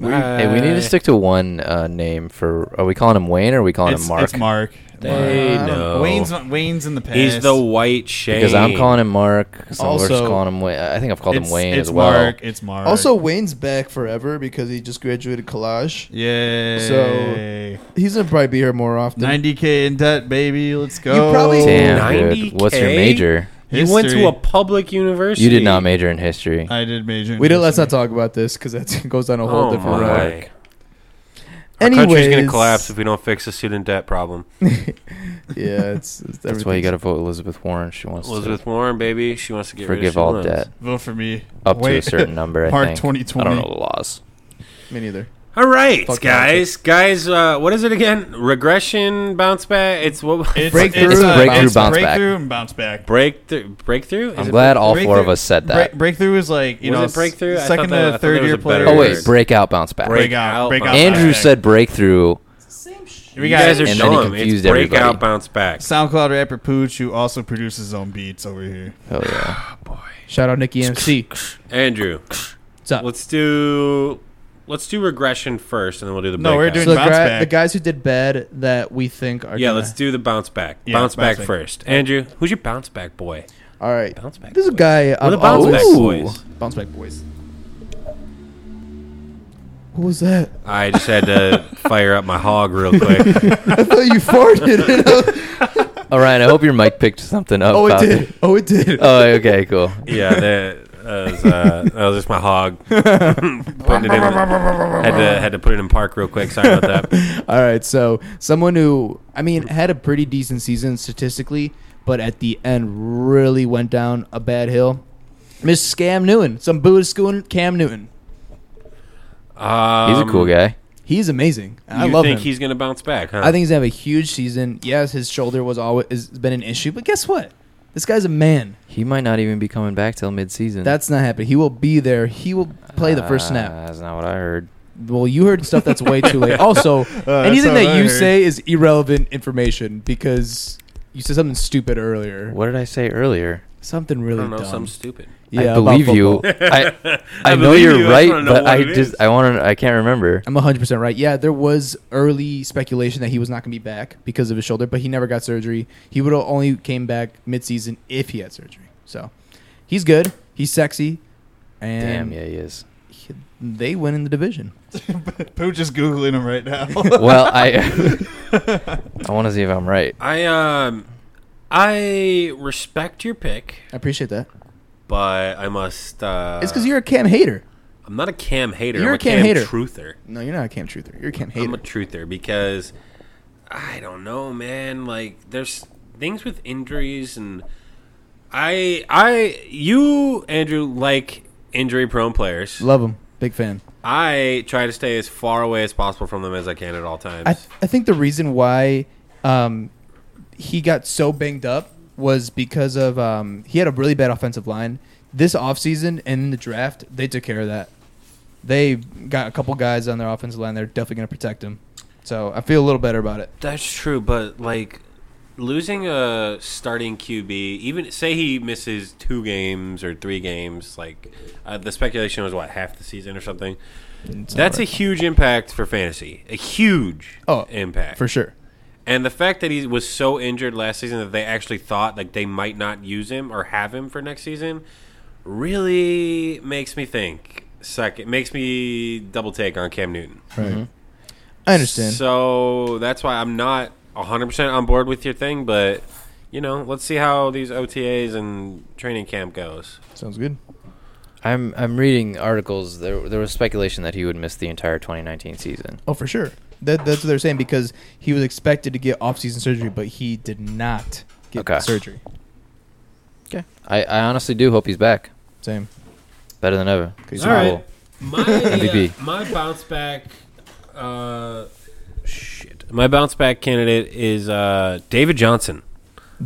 S4: hey, we need to stick to one uh, name for. Are we calling him Wayne or are we calling
S5: it's
S4: him Mark?
S5: It's Mark.
S2: They
S3: Mark.
S2: know.
S5: Wayne's Wayne's in the past.
S2: He's the white shade.
S4: Because I'm calling him Mark. So we're just
S3: Also-
S4: calling him Wayne. I think I've called
S5: it's,
S4: him Wayne
S5: it's
S4: as well.
S5: Mark. It's Mark.
S3: Also, Wayne's back forever because he just graduated collage.
S5: Yay.
S3: He's gonna probably be here more often.
S5: 90k in debt, baby. Let's go.
S3: probably-
S4: Damn, dude.
S2: 90K?
S4: What's your major?
S2: You went
S5: History.
S2: to a public university.
S4: You did not major in history.
S5: I did major. in
S3: We didn't. Let's not
S5: history.
S3: talk about this because that goes down a whole
S2: Oh
S3: different
S2: my.
S3: road.
S2: Our country's gonna
S3: Anyways.
S2: collapse if we don't fix the student debt problem.
S3: Yeah, it's, it's
S4: That's why you got
S3: everything's-
S4: to vote Elizabeth Warren. She wants
S2: Elizabeth Warren, baby, she wants to
S4: to
S2: get rid of
S4: forgive
S2: student
S4: all
S2: loans.
S4: debt
S5: Vote for me.
S4: up to a
S5: Wait.
S4: certain number. I
S5: Mark
S4: think.
S5: 2020.
S4: I don't know the laws.
S3: me neither.
S2: All right,
S3: Fuck
S2: guys, guys, uh, what is it again? Regression, bounce back. It's what
S5: It's,
S3: Breakthrough
S5: it's,
S3: and
S4: Breakthrough bounce
S5: it's
S4: back.
S5: breakthrough and bounce back.
S2: breakthrough. Breakthrough. Is
S4: I'm
S2: it
S4: glad all
S5: break
S4: four
S5: through-
S4: of us said that.
S5: Break, breakthrough is like you
S2: Was
S5: know
S2: it breakthrough? I
S5: second
S2: thought that- I
S5: to
S2: thought
S5: third
S2: there
S5: year
S2: was a better
S5: player.
S4: oh
S2: word.
S4: wait, breakout bounce back.
S2: Break- Breakout,
S5: breakout, breakout.
S2: bounce
S4: Andrew
S5: back.
S4: said breakthrough.
S5: we
S2: You guys are
S4: And then
S2: dumb.
S4: he
S2: It's
S4: confused
S2: breakout,
S4: everybody.
S2: bounce back.
S5: SoundCloud rapper Pooch, who also produces his own beats over here.
S4: Oh yeah.
S3: Shout out Nikki MC.
S2: Andrew,
S3: What's up?
S2: let's do let's do regression first, and then we'll do the
S5: No, we're
S2: breakout.
S5: doing-
S3: so the,
S5: bounce
S3: guy-
S5: back.
S3: the guys who did bad that we think are
S2: Yeah,
S3: gonna-
S2: let's do the bounce back.
S5: Yeah,
S2: bounce,
S5: bounce
S2: back,
S5: back.
S2: first. Andrew, who's your bounce back boy?
S3: All right,
S2: Bounce back.
S3: there's a
S2: boys.
S3: guy.
S2: We're the
S3: I've
S2: bounce back
S3: always-
S2: boys.
S3: Bounce back boys. What was that?
S2: I just had to fire up my hog real quick.
S3: I thought you farted.
S4: All right. I hope your mic picked something up.
S3: oh, it
S4: Bobby.
S3: did. Oh, it did.
S4: Oh, okay, cool.
S2: yeah, that, that was uh, that was just my hog. Putting it in- had to had to put it in park real quick. Sorry about that.
S3: All right, so someone who I mean had a pretty decent season statistically, but at the end really went down a bad hill. Miss Cam Newton, some Buddhist school Cam Newton.
S2: Um,
S4: He's a cool guy.
S3: He's amazing. I
S2: you
S3: love
S2: Um, think
S3: him.
S2: he's gonna bounce back? Huh?
S3: I think he's gonna have a huge season. Yes, his shoulder was always has been an issue, but guess what? This guy's a man.
S4: He might not even be coming back till midseason.
S3: That's not happening. He will be there. He will play the first
S4: Uh,
S3: snap.
S4: That's not what I heard.
S3: Well, you heard stuff that's way too late. Also, anything
S5: what
S3: that
S5: I
S3: you
S5: heard.
S3: say is irrelevant information because you said something stupid earlier.
S4: What did I say earlier?
S3: Something
S2: I
S3: really
S2: don't know.
S3: dumb.
S2: Something stupid.
S4: I
S3: about
S4: believe you.
S3: football.
S4: I, I,
S2: I
S4: know
S2: believe
S4: you're
S2: you, I just
S4: right,
S2: wanna know
S4: but
S2: what
S4: I
S2: it
S4: just
S2: is.
S4: I want to. I can't remember.
S3: I'm 100% right. Yeah, there was early speculation that he was not going to be back because of his shoulder, but he never got surgery. He would have only came back midseason if he had surgery. So, he's good. He's sexy. And
S4: Damn, yeah, he is.
S3: he- they win in the division.
S5: Pooch is googling him right now.
S4: Well, I I want to see if I'm right.
S2: I um I respect your pick,
S3: I appreciate that.
S2: but I must. Uh,
S3: it's because you're a Cam hater.
S2: I'm not a Cam hater.
S3: You're
S2: I'm
S3: a Cam hater.
S2: Truther.
S3: No, you're not a Cam truther. You're a Cam
S2: I'm a
S3: hater.
S2: truther because I don't know, man. Like there's things with injuries and I I you Andrew like injury prone players.
S3: Love him. Big fan.
S2: I try to stay as far away as possible from them as I can at all times.
S3: I, I think the reason why um, he got so banged up was because of um, he had a really bad offensive line this offseason and in the draft they took care of that they got a couple guys on their offensive line they're definitely going to protect him so i feel a little better about it
S2: That's true, but like losing a starting QB, even say he misses two games or three games, like uh, the speculation was what half the season or something. That's a huge impact for fantasy. A huge
S3: Oh,
S2: impact
S3: for sure
S2: And the fact that he was so injured last season that they actually thought like they might not use him or have him for next season really makes me think. Second, makes me double take on Cam Newton.
S3: right i understand
S2: So that's why I'm not 100% on board with your thing, but you know, let's see how these OTAs and training camp goes.
S3: sounds good
S4: I'm I'm reading articles. There there was speculation that he would miss the entire 2019 season.
S3: oh for sure That, that's what they're saying because he was expected to get off-season surgery, but he did not get
S4: Okay.
S3: surgery.
S4: Okay. I, I honestly do hope he's back.
S3: Same.
S4: Better than ever.
S3: 'Cause he's
S2: All right.
S4: Cool.
S2: My uh,
S4: MVP.
S2: my bounce back uh shit. My bounce back candidate is uh David Johnson.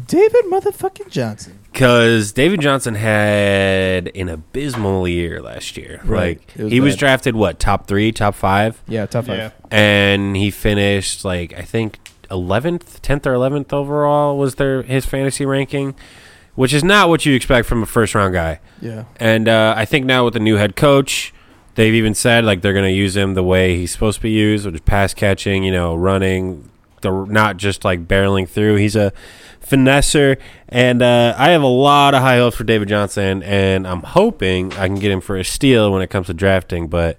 S3: David motherfucking Johnson.
S2: Because David Johnson had an abysmal year last year.
S3: Right.
S2: Like
S3: It was
S2: he was
S3: bad.
S2: drafted what top three, top five,
S3: Yeah, tough five.
S5: Yeah.
S2: and he finished like I think eleventh, tenth or eleventh overall was their his fantasy ranking, which is not what you expect from a first round guy.
S3: Yeah.
S2: And uh, I think now with the new head coach, they've even said like they're going to use him the way he's supposed to be used, which is pass catching, you know, running, the, not just like barreling through. He's a finesser, and uh, I have a lot of high hopes for David Johnson, and I'm hoping I can get him for a steal when it comes to drafting, but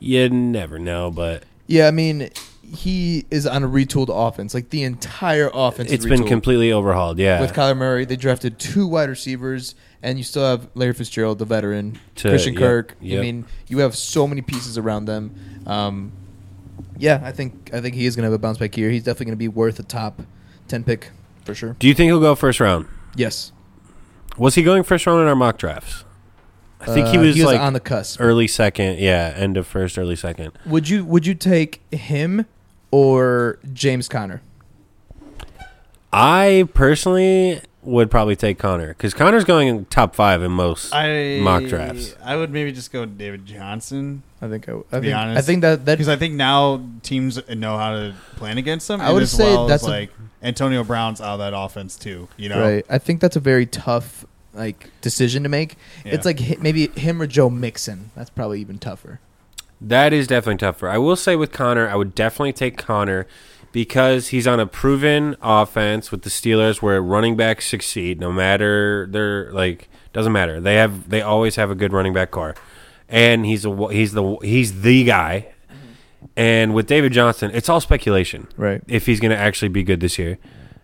S2: you never know. But
S3: Yeah, I mean, he is on a retooled offense. Like the entire offense.
S2: it's
S3: is
S2: been
S3: retooled.
S2: completely overhauled, yeah.
S3: with Kyler Murray. They drafted two wide receivers, and you still have Larry Fitzgerald, the veteran,
S2: To-
S3: Christian
S2: yep,
S3: Kirk.
S2: yep.
S3: I mean, you have so many pieces around them. Um, yeah, I think I think he is going to have a bounce back year. He's definitely going to be worth a top ten pick for sure.
S2: Do you think he'll go first round?
S3: Yes,
S2: Was he going first round in our mock drafts? I think he
S3: Uh,
S2: was like er-
S3: on the cusp.
S2: early second, yeah, end of first, early second.
S3: Would you would you take him or James Conner?
S2: I personally would probably take Connor because Connor's going in top five in most.
S5: I
S2: Mock drafts.
S5: I would maybe just go with David Johnson
S3: I think I, I think
S5: be
S3: I
S5: honest,
S3: think that that
S5: because I think now teams know how to plan against them.
S3: I
S5: and
S3: would
S5: as
S3: say
S5: well
S3: that's
S5: as,
S3: a-
S5: like Antonio Brown's out of that offense too. You know,
S3: Right. I think that's a very tough like decision to make.
S5: Yeah.
S3: It's like hi- maybe him or Joe Mixon. That's probably even tougher.
S2: that is definitely tougher. I will say with Connor, I would definitely take Connor because he's on a proven offense with the Steelers where running backs succeed no matter their like doesn't matter. They have they always have a good running back car. And he's a he's the he's the guy. And with David Johnson, it's all speculation.
S3: Right.
S2: if he's going to actually be good this year.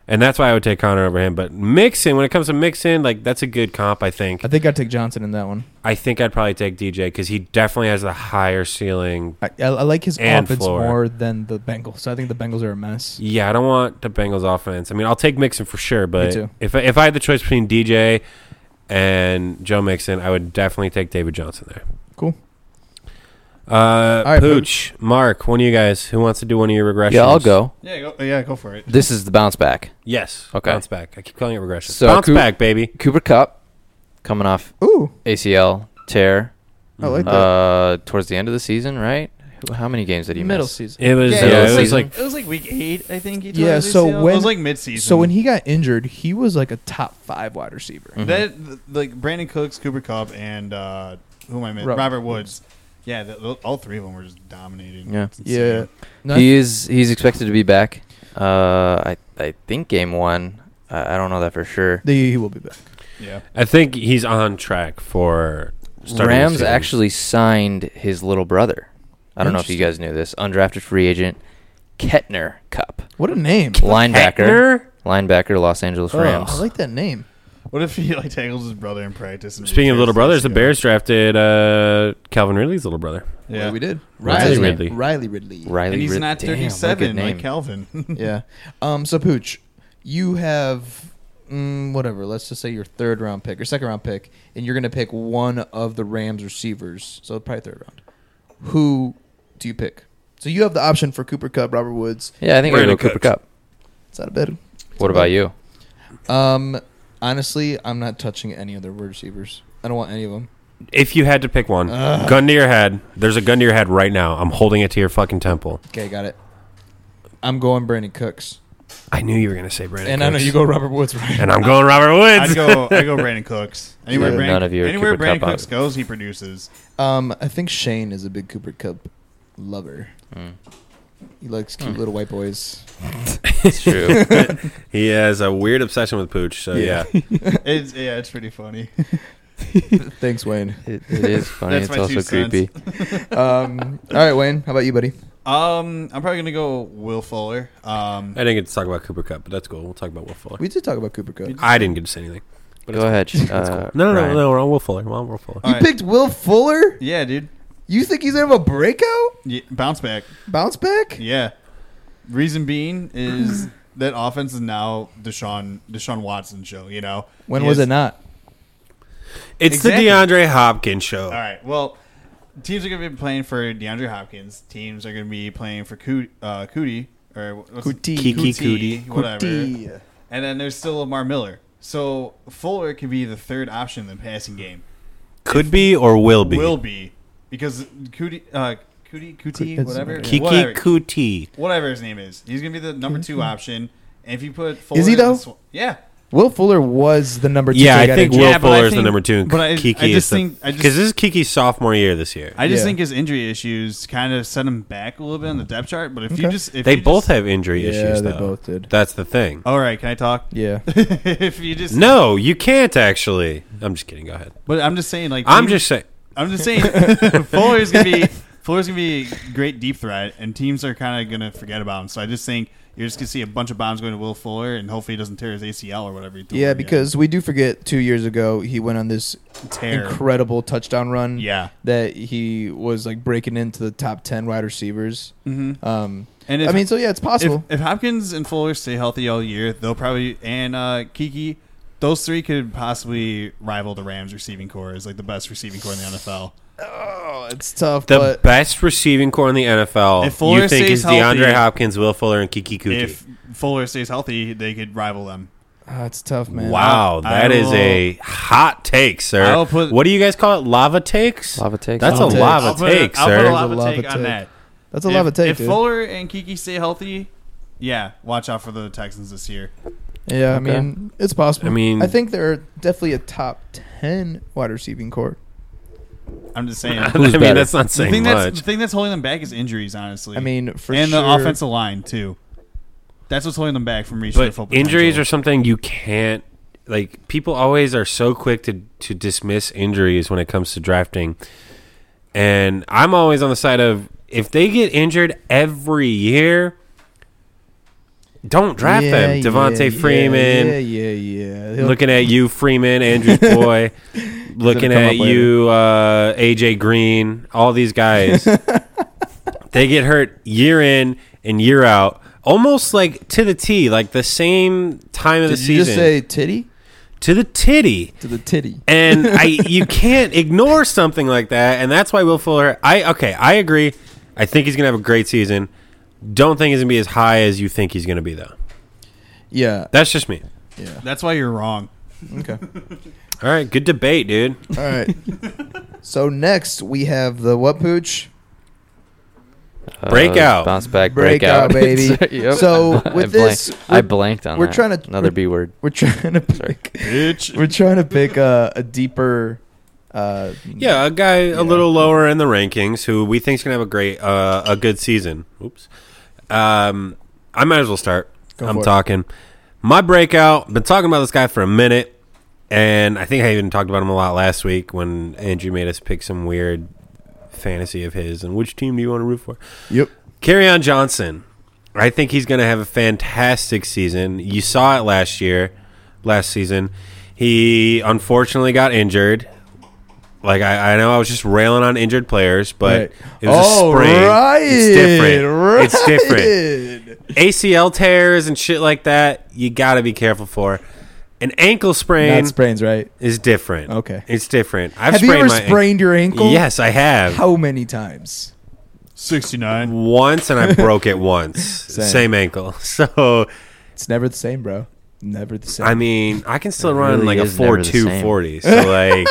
S2: And that's why I would take Connor over him. But Mixon, when it comes to Mixon, like that's a good comp, I think.
S3: I think I'd take Johnson in that one.
S2: I think I'd probably take DJ because he definitely has the higher ceiling.
S3: I, I, I like his
S2: And
S3: offense
S2: floor.
S3: more than the Bengals. I think the Bengals are a mess.
S2: Yeah, I don't want the Bengals offense. I mean, I'll take Mixon for sure, but
S3: too.
S2: if if I had the choice between DJ and Joe Mixon, I would definitely take David Johnson there.
S3: Cool.
S2: Uh,
S3: right,
S2: Pooch, Mark, one of you guys who wants to do one of your regressions?
S4: Yeah, I'll go.
S5: Yeah, go, yeah, go for it.
S4: This is the bounce back.
S2: Yes.
S4: Okay.
S2: Bounce back. I keep calling it regression.
S4: So,
S2: bounce
S4: Coop-
S2: back, baby.
S4: Cooper Cup coming off
S3: Ooh,
S4: ACL tear
S3: I like that.
S4: uh, towards the end of the season, right? Who- How many games did he
S3: Middle
S4: miss?
S3: season.
S2: It was.
S5: Yeah,
S2: yeah,
S4: yeah.
S2: it was like
S5: It was like week eight, I think. He
S3: tore Yeah, his so ACL.
S5: So
S3: when-
S5: it was like midseason.
S3: So when he got injured, he was like a top five wide receiver.
S5: that like Brandon Cooks, Cooper Cup, and uh, who am I? Mit-
S3: Rob-
S5: Robert Woods. Yeah, the, all three of them were just dominating.
S4: Yeah.
S5: It's insane.
S3: Yeah, No,
S4: He is. He's expected to be back. Uh, I I think game one. I, I don't know that for sure.
S3: they- he will be back.
S5: yeah.
S2: I think he's on track for starting the
S4: Rams
S2: season.
S4: actually signed his little brother. I don't know if you guys knew this. Undrafted free agent Kettner Cup,
S3: What a name!
S4: linebacker,
S2: Heckner?
S4: linebacker, Los Angeles
S3: Oh,
S4: Rams.
S3: I like that name.
S5: What if he like tackles his brother in practice? And
S2: Speaking of little brothers, the
S5: Yeah.
S2: Bears drafted uh, Calvin Ridley's little brother.
S5: Yeah,
S3: Well, we did.
S2: What's his
S3: Riley
S2: name?
S3: Riley Ridley.
S4: Riley
S5: and he's
S4: Rid-
S5: not
S4: Damn, what a good
S5: 37
S4: name.
S5: like Calvin.
S3: yeah. Um. So Pooch, you have mm, whatever. Let's just say your third round pick or second round pick, and you're gonna pick one of the Rams receivers. So probably third round. Who do you pick? So you have the option for Cooper Cup, Robert Woods.
S4: Yeah, I think we're
S2: Brandon
S4: gonna go Cooper
S2: Cooks.
S4: Cup.
S3: It's not a bad.
S4: What about you?
S3: Um. Honestly, I'm not touching any other wide receivers. I don't want any of them.
S2: If you had to pick
S4: Uh,
S2: one,
S3: Ugh.
S2: gun to your head. There's a gun to your head right now. I'm holding it to your fucking temple.
S3: Okay, got it. I'm going Brandon Cooks,
S2: I knew you were gonna say Brandon.
S3: and I know
S2: Cooks.
S3: you go Robert Woods, right?
S2: And I'm going Robert Woods.
S5: I'd go. I go Brandon Cooks. Anywhere
S4: Yeah,
S5: Brandon,
S4: none of you are
S5: anywhere
S4: Cooper
S5: Brandon
S4: Cup
S5: Cooks
S4: out.
S5: goes, he produces.
S3: Um, I think Shane is a big Cooper Cup lover.
S4: Mm.
S3: He likes
S2: Hmm.
S3: cute little white boys.
S4: It's true.
S2: he has a weird obsession with Pooch. So yeah,
S5: It's yeah, it's pretty funny.
S3: Thanks, Wayne.
S4: it, it is funny.
S5: That's
S4: it's
S5: my two
S4: also
S5: cents.
S4: creepy.
S3: Um, all right, Wayne. How about you, buddy?
S5: Um, I'm probably gonna go Will Fuller. Um,
S2: I didn't get to talk about Cooper Cup, but that's cool. We'll talk about Will Fuller.
S3: We did talk about Cooper Cup. You
S2: I didn't get to say anything. But
S4: Go ahead. Uh,
S2: No, no,
S4: Ryan.
S2: no, no. We're on Will Fuller. We're on Will Fuller.
S5: all right.
S3: picked Will Fuller.
S5: Yeah, dude.
S3: You think he's gonna have a breakout?
S5: Yeah, bounce back.
S3: Bounce back?
S5: Yeah. Reason being is that offense is now Deshaun Deshaun Watson show. You know
S3: When
S5: He
S3: was
S5: has-
S3: it not?
S2: It's
S5: Exactly.
S2: the DeAndre Hopkins show.
S5: All right. Well, teams are going to be playing for DeAndre Hopkins. Teams are going to be playing for Coo- uh, Cootie or what's
S3: Kuti.
S2: Kiki
S5: Kuti,
S2: Kuti.
S5: whatever.
S3: Kuti.
S5: And then there's still Lamar Miller. So Fuller could be the third option in the passing game.
S2: Could be or will be.
S5: Will be because Cootie, uh, Cootie, Cootie,
S3: That's-
S5: whatever,
S2: Kiki
S5: whatever,
S2: Kuti.
S5: whatever his name is. He's going to be the number two option. And if you put
S3: Mm-hmm.
S5: Fuller,
S3: Is he,
S5: in the
S3: though?
S5: sw- yeah.
S3: Will Fuller was the number two.
S2: Yeah,
S3: guy
S2: I
S3: that
S2: think
S3: injured.
S2: Will
S5: Yeah, but I
S2: Fuller is the
S5: think-
S2: number two.
S5: but I- I
S2: and Kiki
S5: just
S2: is the
S5: think- I just-
S2: because this is Kiki's sophomore year this year.
S5: I just
S3: Yeah.
S5: think his injury issues kind of set him back a little bit on the depth chart. But if you
S3: Okay.
S5: just if
S2: they
S5: you
S2: both
S5: just,
S2: have injury issues.
S3: they
S2: though.
S3: both did.
S2: That's the thing.
S5: all right, can I talk?
S3: Yeah,
S5: if you just
S2: No, you can't actually. I'm just kidding. Go ahead.
S5: but I'm just saying, like
S2: I'm
S5: team-
S2: just saying.
S5: I'm just saying, Fuller's gonna be Fuller's gonna be a great deep threat, and teams are kind of gonna forget about him. So I just think you're just gonna see a bunch of bombs going to Will Fuller, and hopefully he doesn't tear his ACL or whatever. He tore,
S3: yeah,
S5: you know,
S3: because we do forget two years ago he went on this
S5: tear.
S3: incredible touchdown run.
S5: yeah,
S3: that he was like breaking into the top ten wide receivers.
S5: mm-hmm.
S3: Um,
S5: and if,
S3: I mean, so yeah, it's
S5: if,
S3: possible.
S5: if Hopkins and Fuller stay healthy all year, they'll probably and uh, Kiki. Those three could possibly rival the Rams receiving core as like the best receiving core in the NFL.
S3: oh, it's tough,
S2: The
S3: but
S2: best receiving core in the NFL,
S5: If Fuller
S2: you think,
S5: stays
S2: is DeAndre
S5: healthy-
S2: Hopkins, Will Fuller, and Kiki Kuti.
S5: If Fuller stays healthy, they could rival them.
S3: Ah, it's tough, man.
S2: wow,
S5: I- I
S2: that is
S5: will-
S2: a hot take,
S5: I
S2: sir.
S5: will put-
S2: what do you guys call it? Lava takes?
S4: Lava takes.
S2: That's
S3: Lava
S2: a
S3: takes.
S2: lava
S5: I'll put a-
S2: take,
S5: I'll put
S2: sir.
S5: a lava,
S3: There's a lava
S5: take, on
S3: take.
S5: that.
S3: that's a lot
S5: if,
S3: of take,
S5: If
S3: dude.
S5: Fuller and Kiki stay healthy, yeah, watch out for the Texans this year.
S3: yeah, I
S4: Okay.
S3: mean, it's possible.
S2: I mean-
S3: I think they're definitely a top ten wide receiving core.
S5: I'm just saying.
S2: I
S5: the
S2: mean,
S4: Who's better?
S2: that's not saying
S5: thing
S2: much.
S5: that's the thing that's holding them back is injuries, honestly.
S3: I mean, for
S5: and
S3: sure,
S5: the offensive line too. That's what's holding them back from reaching their
S2: but
S5: full potential.
S2: injuries are something you can't like people always are so quick to to dismiss injuries when it comes to drafting and i'm always on the side of if they get injured every year don't draft
S3: Yeah,
S2: them devonte
S3: yeah,
S2: freeman
S3: Yeah, yeah, yeah. He'll-
S2: looking at you freeman andrew's boy looking
S3: come
S2: at
S3: up later.
S2: you uh, aj green all these guys they get hurt year in and year out almost like to the t like the same time of
S3: Did
S2: the
S3: you
S2: season
S3: just say titty
S2: to the titty
S3: to the titty?
S2: and i you can't ignore something like that and that's why will fuller i okay i agree i think he's gonna have a great season don't think he's gonna be as high as you think he's gonna be though
S3: Yeah,
S2: that's just me
S3: yeah.
S5: That's why you're wrong.
S3: Okay.
S2: all right good debate dude
S3: All right. So next we have the what pooch
S2: Breakout.
S4: Uh, bounce back,
S3: Breakout,
S4: breakout,
S3: baby.
S4: Yep.
S3: So, with
S4: I blanked-
S3: this,
S4: I
S3: we're-
S4: blanked on.
S3: we're
S4: that.
S3: trying to-
S4: another B word.
S3: We're trying to pick.
S5: Bitch.
S3: We're trying to pick a, a deeper. Uh,
S2: Yeah, a guy
S3: Yeah.
S2: a little lower in the rankings who we think's gonna have a great, uh, a good season. Oops. Um, I might as well start.
S3: Go for
S2: I'm
S3: it.
S2: talking. My breakout. Been talking about this guy for a minute, and I think I even talked about him a lot last week when Andrew made us pick some weird fantasy of his and which team do you want to root for?
S3: Yep.
S2: Carry on Johnson. I think he's going to have a fantastic season. You saw it last year, last season. He unfortunately got injured. Like I, I know I was just railing on injured players, but
S3: Right. Oh,
S2: it was a spring.
S3: Right.
S2: It's different. It's different.
S3: different.
S2: ACL tears and shit like that, you got to be careful for. An ankle sprain
S3: Not sprains, right?
S2: is different.
S3: Okay.
S2: It's different. I've
S3: have you
S2: sprained
S3: ever
S2: my an-
S3: sprained your ankle?
S2: Yes, I have.
S3: How many times?
S5: Sixty nine.
S2: once and I broke it once.
S3: Same.
S2: Same ankle. So
S3: It's never the same, bro. Never the same.
S2: I mean, I can still
S4: It
S2: run
S4: really
S2: like a
S4: is never
S2: four
S4: the
S2: two
S4: same.
S2: forty. So like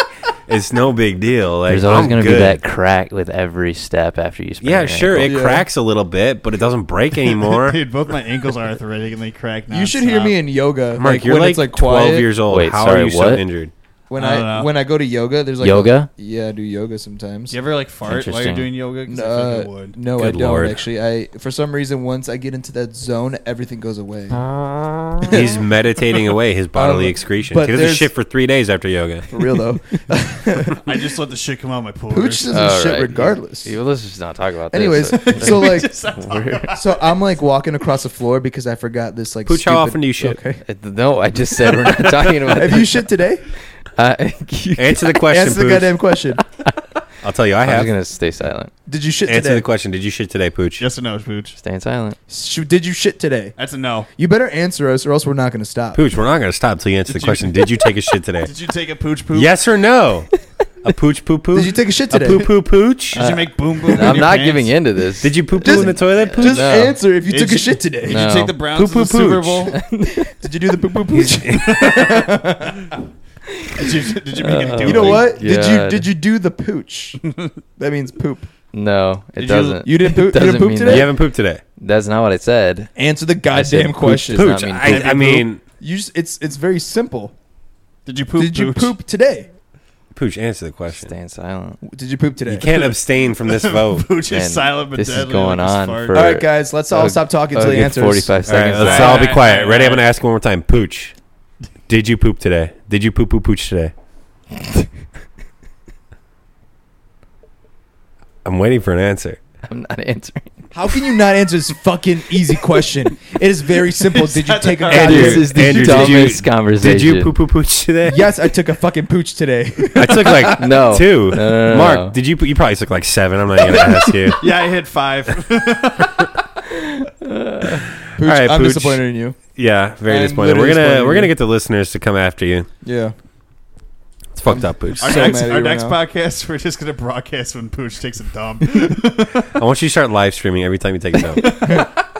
S2: it's no big deal. Like
S4: There's always
S2: I'm
S4: going to be
S2: good.
S4: that crack with every step after you. sprain
S2: Yeah,
S4: your
S2: sure.
S4: ankle.
S2: It
S3: Yeah.
S2: cracks a little bit, but it doesn't break anymore.
S5: Dude, both my ankles are arthritic and they crack now.
S3: you should hear me in yoga.
S2: Mark,
S3: like
S2: you're
S3: when
S2: like,
S3: it's like
S2: twelve
S3: quiet.
S2: years old.
S4: Wait,
S2: How
S4: sorry,
S2: are you so
S4: what?
S2: injured?
S3: When
S5: I don't
S3: I,
S5: know.
S3: when I go to yoga, there's like a-
S4: Yoga?
S3: yeah, I do yoga sometimes.
S5: Do you ever like fart while you're
S4: Interesting.
S5: doing yoga? 'Cause I
S3: Uh,
S5: think I would.
S3: no, I
S2: Good
S3: don't
S2: lord.
S3: actually. I for some reason once I get into that zone, everything goes away.
S2: He's meditating away his bodily
S3: Um,
S2: excretions.
S3: but
S2: He doesn't
S3: there's-
S2: shit for three days after yoga.
S3: For real though,
S5: I just let the shit come out of my pores.
S3: Pooch doesn't
S4: All
S3: shit
S4: right.
S3: regardless.
S4: Yeah, let's just not talk about
S3: Anyways,
S4: this.
S3: so like,
S4: We're-
S3: so I'm like walking across the floor because I forgot this like.
S2: Pooch, how
S3: stupid-
S2: often do you shit?
S3: Okay.
S4: no, I just said we're not talking about
S3: Have you shit today?
S4: Uh, you-
S2: Answer the question,
S3: Answer the
S2: Pooch.
S3: goddamn question.
S2: A I'll tell you, I
S4: I was
S2: have.
S4: gonna stay silent,
S3: Did you shit
S2: Answer
S3: today?
S2: the question. Did you shit today, Pooch?
S5: Yes or no, Pooch?
S4: staying silent.
S3: Sh- did you shit today?
S5: That's a no.
S3: You better answer us, or else we're not going to stop.
S2: Pooch, we're not going to stop till you answer
S5: Did
S2: the
S5: you-
S2: question. Did you take a shit today?
S5: Did you take a pooch poop?
S2: yes or no? A pooch poo poo?
S3: Did you take a shit
S2: a
S3: today?
S2: poo poo pooch?
S5: Did you make boom boom? in
S4: I'm
S5: your
S4: not
S5: pants?
S4: giving in to this.
S2: Did you poo poo
S3: Just-
S2: in the toilet, Pooch?
S3: Just
S4: No.
S3: answer if you
S5: Did
S3: took
S5: you-
S3: a shit today.
S5: Did
S4: No.
S5: you take the Browns
S2: Poo,
S5: to the
S2: poo,
S5: Super
S2: pooch.
S5: Bowl?
S3: Did you do the poo poo poo?
S5: did, you, did you make it do
S3: You know
S4: Oh my
S3: what? Did you
S4: God.
S3: did you do the pooch? that means poop.
S4: No, it
S5: Did you-
S4: doesn't.
S3: You didn't poop. You
S4: Doesn't
S3: didn't poop
S4: mean
S2: You
S3: today.
S2: haven't pooped today.
S4: That's not what I said.
S3: Answer the
S4: I said
S3: goddamn
S4: poop
S3: question.
S2: Pooch,
S4: does not mean poop.
S2: I, I mean,
S3: You just, it's it's very simple.
S5: Did you poop
S3: did you
S5: pooch?
S3: poop today?
S2: Pooch, answer the question.
S4: Staying silent.
S3: Did you poop today?
S2: You can't abstain from this vote.
S5: Pooch
S4: Man,
S5: is silent but
S4: this is
S5: deadly.
S4: going
S5: like his
S4: on
S5: fart.
S4: for-
S3: all right, guys, let's all
S4: Oh,
S3: stop talking until
S4: a
S3: he
S4: good
S3: answers.
S4: 45
S2: All right,
S4: seconds.
S2: let's
S4: left.
S2: all be
S5: Alright,
S2: quiet.
S5: alright,
S2: Ready? I'm going to
S5: alright.
S2: ask one more time. Pooch, did you poop today? Did you poo poo pooch today? I'm waiting for an answer.
S4: I'm not answering.
S3: How can you not answer this fucking easy question? it is very simple. Did you take a
S2: Andrew,
S3: goddamn-
S4: this is the
S2: Andrew, did
S4: dumbest
S2: you-
S4: conversation.
S2: Did you poo poo pooch today?
S3: Yes, I took a fucking pooch today.
S2: I took like
S4: No.
S2: two.
S4: No, no, no,
S2: Mark,
S4: no.
S2: did you? You probably took like seven. I'm not even gonna ask you.
S5: Yeah, I hit five.
S3: Pooch,
S2: right,
S3: I'm
S2: Pooch.
S3: disappointed in you.
S2: Yeah, very
S3: I'm
S2: disappointed. We're gonna
S3: literally disappointed.
S2: we're gonna get the listeners to come after you.
S3: Yeah.
S2: It's fucked up, Pooch.
S5: Our
S3: So
S5: next,
S3: mad at
S5: our
S3: you right
S5: next
S3: now.
S5: podcast, we're just gonna broadcast when Pooch takes a dump.
S2: I want you to start live streaming every time you take a dump.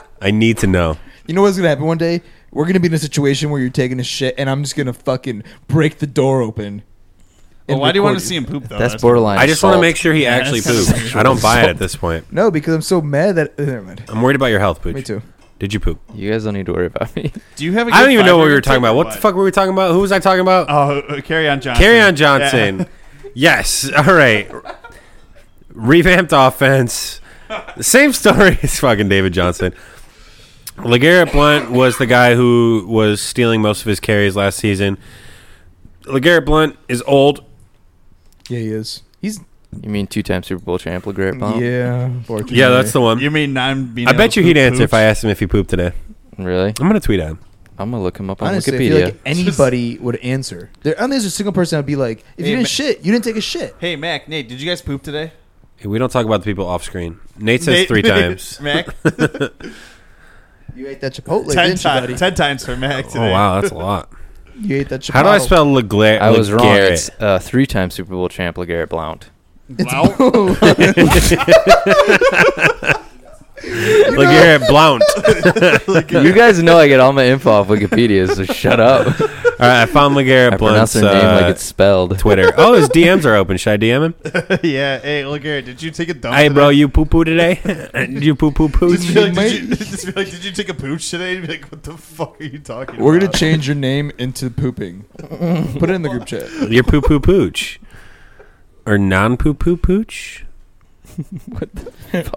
S2: I need to know.
S3: You know what's gonna happen one day? We're gonna be in a situation where you're taking a shit, and I'm just gonna fucking break the door open.
S5: well,
S3: and
S5: why do you
S3: record
S5: want to see him poop though?
S4: That's borderline.
S2: I just want to
S4: assault.
S2: make sure he
S5: Yeah,
S2: actually
S5: that's kinda
S2: poops. I don't buy it at this point.
S3: No, because I'm so mad that. uh, Never mind.
S2: I'm worried about your health, Pooch.
S3: Me too.
S2: Did you poop?
S4: You guys don't need to worry about me.
S5: Do you have? A
S2: I don't
S5: good
S2: even know what we
S5: fiber
S2: were talking
S5: tip or
S2: about. What the fuck were we talking about? Who was I talking about?
S5: Oh, uh, carry on Johnson.
S2: Carry on
S5: Yeah.
S2: Johnson. Yes. All right. Revamped offense. Same story as fucking David Johnson. LeGarrette Blunt was the guy who was stealing most of his carries last season. LeGarrette Blunt is old.
S3: Yeah, he is. He's.
S4: You mean two-time Super Bowl champ Legarrette Blount?
S3: Yeah.
S2: Yeah, that's the one.
S5: You mean I'm being?
S2: I
S5: able
S2: bet
S5: to
S2: you he'd
S5: poop
S2: answer if
S5: pooch?
S2: I asked him if he pooped today.
S4: Really?
S2: I'm gonna tweet at him.
S4: I'm gonna look him up on
S3: Honestly, I
S4: Wikipedia.
S3: feel like anybody would answer. There, I don't think there's a single person that would be like, if
S5: Hey,
S3: you
S5: ma-
S3: didn't shit, you didn't take a shit.
S5: Hey Mac, Nate, did you guys poop today?
S2: Hey, We don't talk about the people off screen. Nate says
S5: Nate-
S2: three times.
S5: Mac,
S3: You ate that Chipotle,
S5: ten
S3: didn't you, buddy?
S5: times. Ten times for Mac
S2: Oh
S5: today.
S2: wow, that's a lot.
S3: You ate that Chipotle.
S2: How do I spell LeGarrette?
S4: I was wrong. It's uh, three-time Super Bowl champ Legarrette Blount.
S5: Wow.
S2: LeGarrette Blount.
S4: you guys know I get all my info off Wikipedia, so shut up.
S2: All right, I found
S4: I
S2: LeGarrette Blunt's
S4: pronounce their name
S2: uh,
S4: like it's spelled.
S2: Twitter. Oh, his DMs are open. Should I DM him?
S5: yeah. Hey, look here. Did you take a dump?
S2: hey,
S5: today?
S2: bro, you poo poo today? you poo poo
S5: Just be
S2: pooch?
S5: like, did, you, just be like, did you take a pooch today? You'd be like, what the fuck are you talking
S3: We're
S5: about?
S3: gonna change your name into pooping. Put it in the group chat.
S2: Your poo poo pooch. Or non poo poo pooch?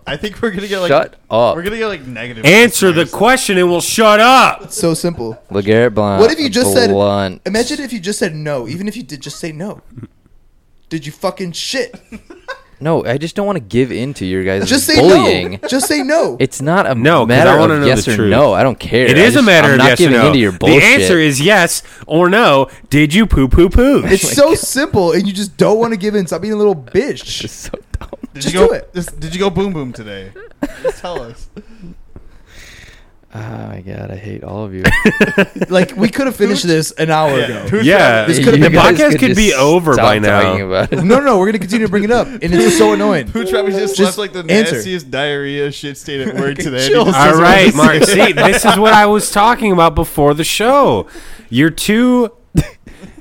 S5: I think we're gonna get like.
S4: shut up,
S5: We're gonna get like negative.
S2: Answer the
S5: listeners.
S2: question and we'll shut up.
S3: It's so simple.
S4: Legarrette Blount.
S3: What if you just said-
S4: Blount.
S3: Imagine if you just said no, even if you did just say no. Did you fucking shit?
S4: No, I just don't want to give in to your guys'
S3: Just say
S4: bullying.
S3: no. Just say no.
S4: It's not a
S2: No, 'cause
S4: matter
S2: I wanna
S4: of
S2: know
S4: yes
S2: the
S4: or
S2: truth.
S4: no. I don't care.
S2: It
S4: I
S2: is a
S4: just-
S2: matter
S4: I'm
S2: of
S4: not
S2: yes or
S4: giving
S2: no.
S4: into your
S2: the
S4: bullshit.
S2: answer is yes or no. Did you poo poo poo?
S3: It's so simple, and you just don't want to give in. Stop being a little bitch.
S4: It's so dumb.
S5: Did
S3: Just
S5: you go,
S3: do it.
S5: this- did you go boom boom today? Just tell us.
S4: Oh
S3: Ah,
S4: my god, I hate all of you.
S3: Like we could have finished this an hour
S5: Yeah.
S3: ago.
S5: Pooch
S2: Yeah,
S3: This
S2: the
S3: could have been-
S4: guys
S2: podcast could,
S4: just
S2: be over
S4: stop
S2: by now.
S4: talking about it.
S3: No, no, no. We're gonna continue to bring it up, and it's so annoying.
S5: Pooch probably just,
S3: Just
S5: left like the
S3: answer.
S5: nastiest diarrhea shit state at work today.
S3: chill.
S5: Just-
S2: All
S5: just-
S2: right,
S5: just-
S2: Mark. See, this is what I was talking about before the show. You're too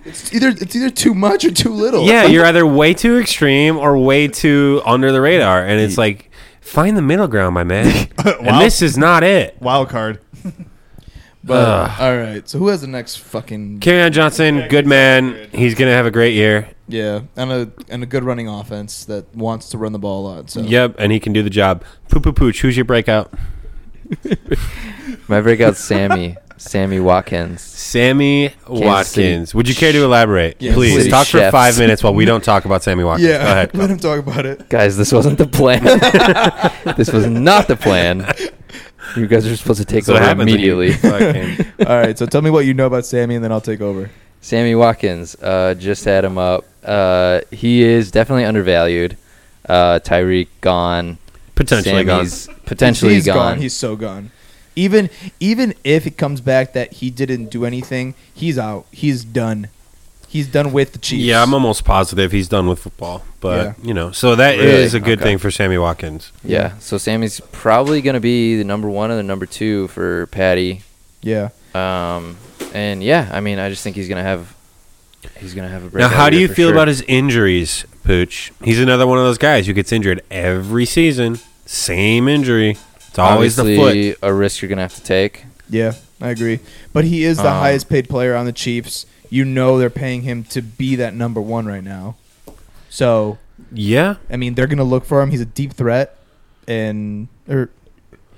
S3: It's either it's either too much or too little.
S2: Yeah, you're either way too extreme or way too under the radar, and it's like find the middle ground, my man.
S5: Wow.
S2: And this is not it.
S5: Wild card.
S3: But
S2: Ugh.
S3: all right. So who has the next fucking
S2: Carry Johnson, good man. He's gonna have a great year.
S3: yeah, and a and a good running offense that wants to run the ball a lot. So
S2: Yep, and he can do the job. Poo poo pooch. Who's your breakout?
S4: My breakout's Sammy. Sammy Watkins.
S2: Sammy Watkins. Would you care to elaborate?
S3: Yeah,
S2: please
S3: City
S2: talk for
S4: Chefs.
S2: five minutes while we don't talk about Sammy Watkins.
S3: yeah.
S2: Go ahead.
S3: Let him talk about it.
S4: Guys, this wasn't the plan. this was not the plan. You guys are supposed to take
S2: That's what
S4: over
S2: happens when you
S4: immediately.
S2: fucking-
S3: All right. So tell me what you know about Sammy, and then I'll take over.
S4: Sammy Watkins, uh, just had him up. Uh, he is definitely undervalued. Uh, Tyreek gone.
S2: Potentially gone.
S4: Sammy's potentially
S3: He's
S4: gone.
S3: He's so gone. Even even if it comes back that he didn't do anything, he's out. He's done. He's done with the Chiefs.
S2: Yeah, I'm almost positive he's done with football. But
S3: Yeah.
S2: you know, so that is
S4: Really?
S2: a good
S4: Okay.
S2: thing for Sammy Watkins.
S4: yeah, so Sammy's probably going to be the number one or the number two for Patty.
S3: yeah.
S4: Um, and yeah, I mean, I just think he's going to have. He's going to have a
S2: Now,
S4: breakout
S2: how do
S4: year
S2: you
S4: for
S2: feel
S4: sure.
S2: about his injuries, Pooch? He's another one of those guys who gets injured every season. Same injury. It's always the foot.
S4: Obviously, a risk you're going to have to take.
S3: Yeah, I agree. But he is the
S4: Um,
S3: highest paid player on the Chiefs. You know they're paying him to be that number one right now. So
S2: Yeah.
S3: I mean they're gonna look for him. He's a deep threat, and or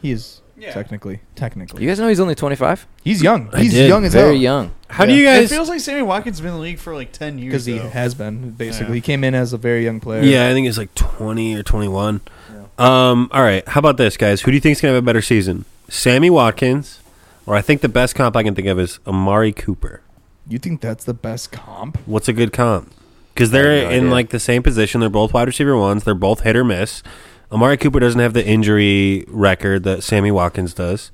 S3: he is
S5: Yeah.
S3: technically technically
S4: You guys know he's only 25?
S3: he's young.
S2: I
S3: He's
S2: did.
S3: young as
S4: Very
S3: hell.
S4: young.
S2: How do
S3: Yeah.
S2: you
S5: It
S2: guys?
S5: feels like Sammy Watkins has been in the league for like ten years.
S3: because he
S5: though.
S3: has been basically
S5: Yeah.
S3: he came in as a very young player.
S2: Yeah, I think it's like 20 or 21. Um, all right. How about this, guys? Who do you think's going to have a better season? Sammy Watkins, or I think the best comp I can think of is Amari Cooper.
S3: You think that's the best comp?
S2: What's a good comp? Because
S4: I
S2: they're
S4: have no
S2: in
S4: idea.
S2: like the same position. They're both wide receiver ones. They're both hit or miss. Amari Cooper doesn't have the injury record that Sammy Watkins does.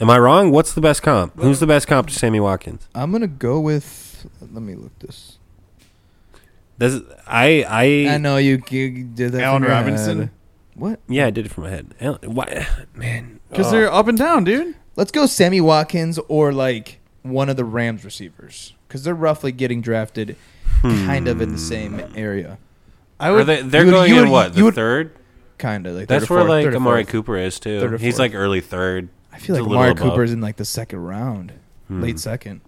S2: Am I wrong? What's the best comp? Who's the best comp to Sammy Watkins?
S3: I'm gonna go with. Let me look this.
S2: This is- I I
S3: I know you, you did that.
S5: Allen
S3: from your head.
S5: Robinson?
S3: What?
S2: yeah I did it from my head. Al- Why man?
S5: because they're up and down, dude.
S3: Let's go Sammy Watkins or like one of the Rams receivers because they're roughly getting drafted, kind of in the same area.
S5: I
S2: Hmm. Are
S5: would.
S2: they, they're
S3: you would-
S2: going
S3: you
S2: in
S3: would-
S2: what the
S3: you would-
S2: third?
S3: Kind of like
S2: That's
S3: third or
S2: where
S3: fourth,
S2: like
S3: third or
S2: Amari
S3: fourth.
S2: Cooper is
S3: Third
S2: too.
S3: or
S2: He's
S3: fourth.
S2: like early third.
S3: I feel
S2: It's
S3: like
S2: a little
S3: Amari
S2: above. Hmm.
S3: Cooper's in like the second round, late second.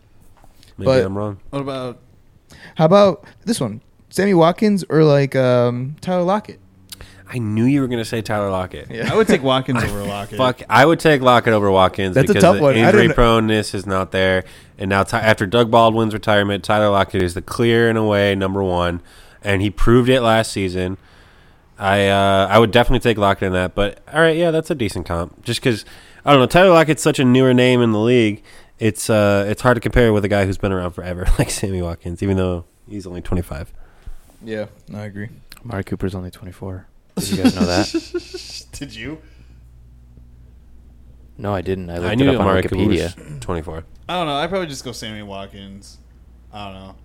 S2: Maybe
S3: but-
S2: I'm wrong.
S5: what about
S3: How about this one? Sammy Watkins or like um, Tyler Lockett?
S2: I knew you were gonna say Tyler Lockett.
S3: Yeah.
S5: I would take Watkins over Lockett.
S2: Fuck, I would take Lockett over Watkins
S3: That's a
S2: because
S3: tough
S2: the
S3: one. I
S2: injury
S3: don't-
S2: proneness is not there. And now, Ty- after Doug Baldwin's retirement, Tyler Lockett is the clear and away number one, and he proved it last season. I uh, I would definitely take Lockett in that, but all right, yeah, that's a decent comp. Just because I don't know, Tyler Lockett's such a newer name in the league. It's uh, it's hard to compare with a guy who's been around forever, like Sammy Watkins, even though he's only twenty five.
S3: Yeah, I agree.
S4: Amari Cooper's only 24. Did you guys know that?
S5: Did you?
S4: No, I didn't. I looked
S2: I knew
S4: it up
S2: Amari
S4: on Wikipedia.
S2: Cooper was twenty four.
S5: I don't know. I probably just go Sammy Watkins. I don't know.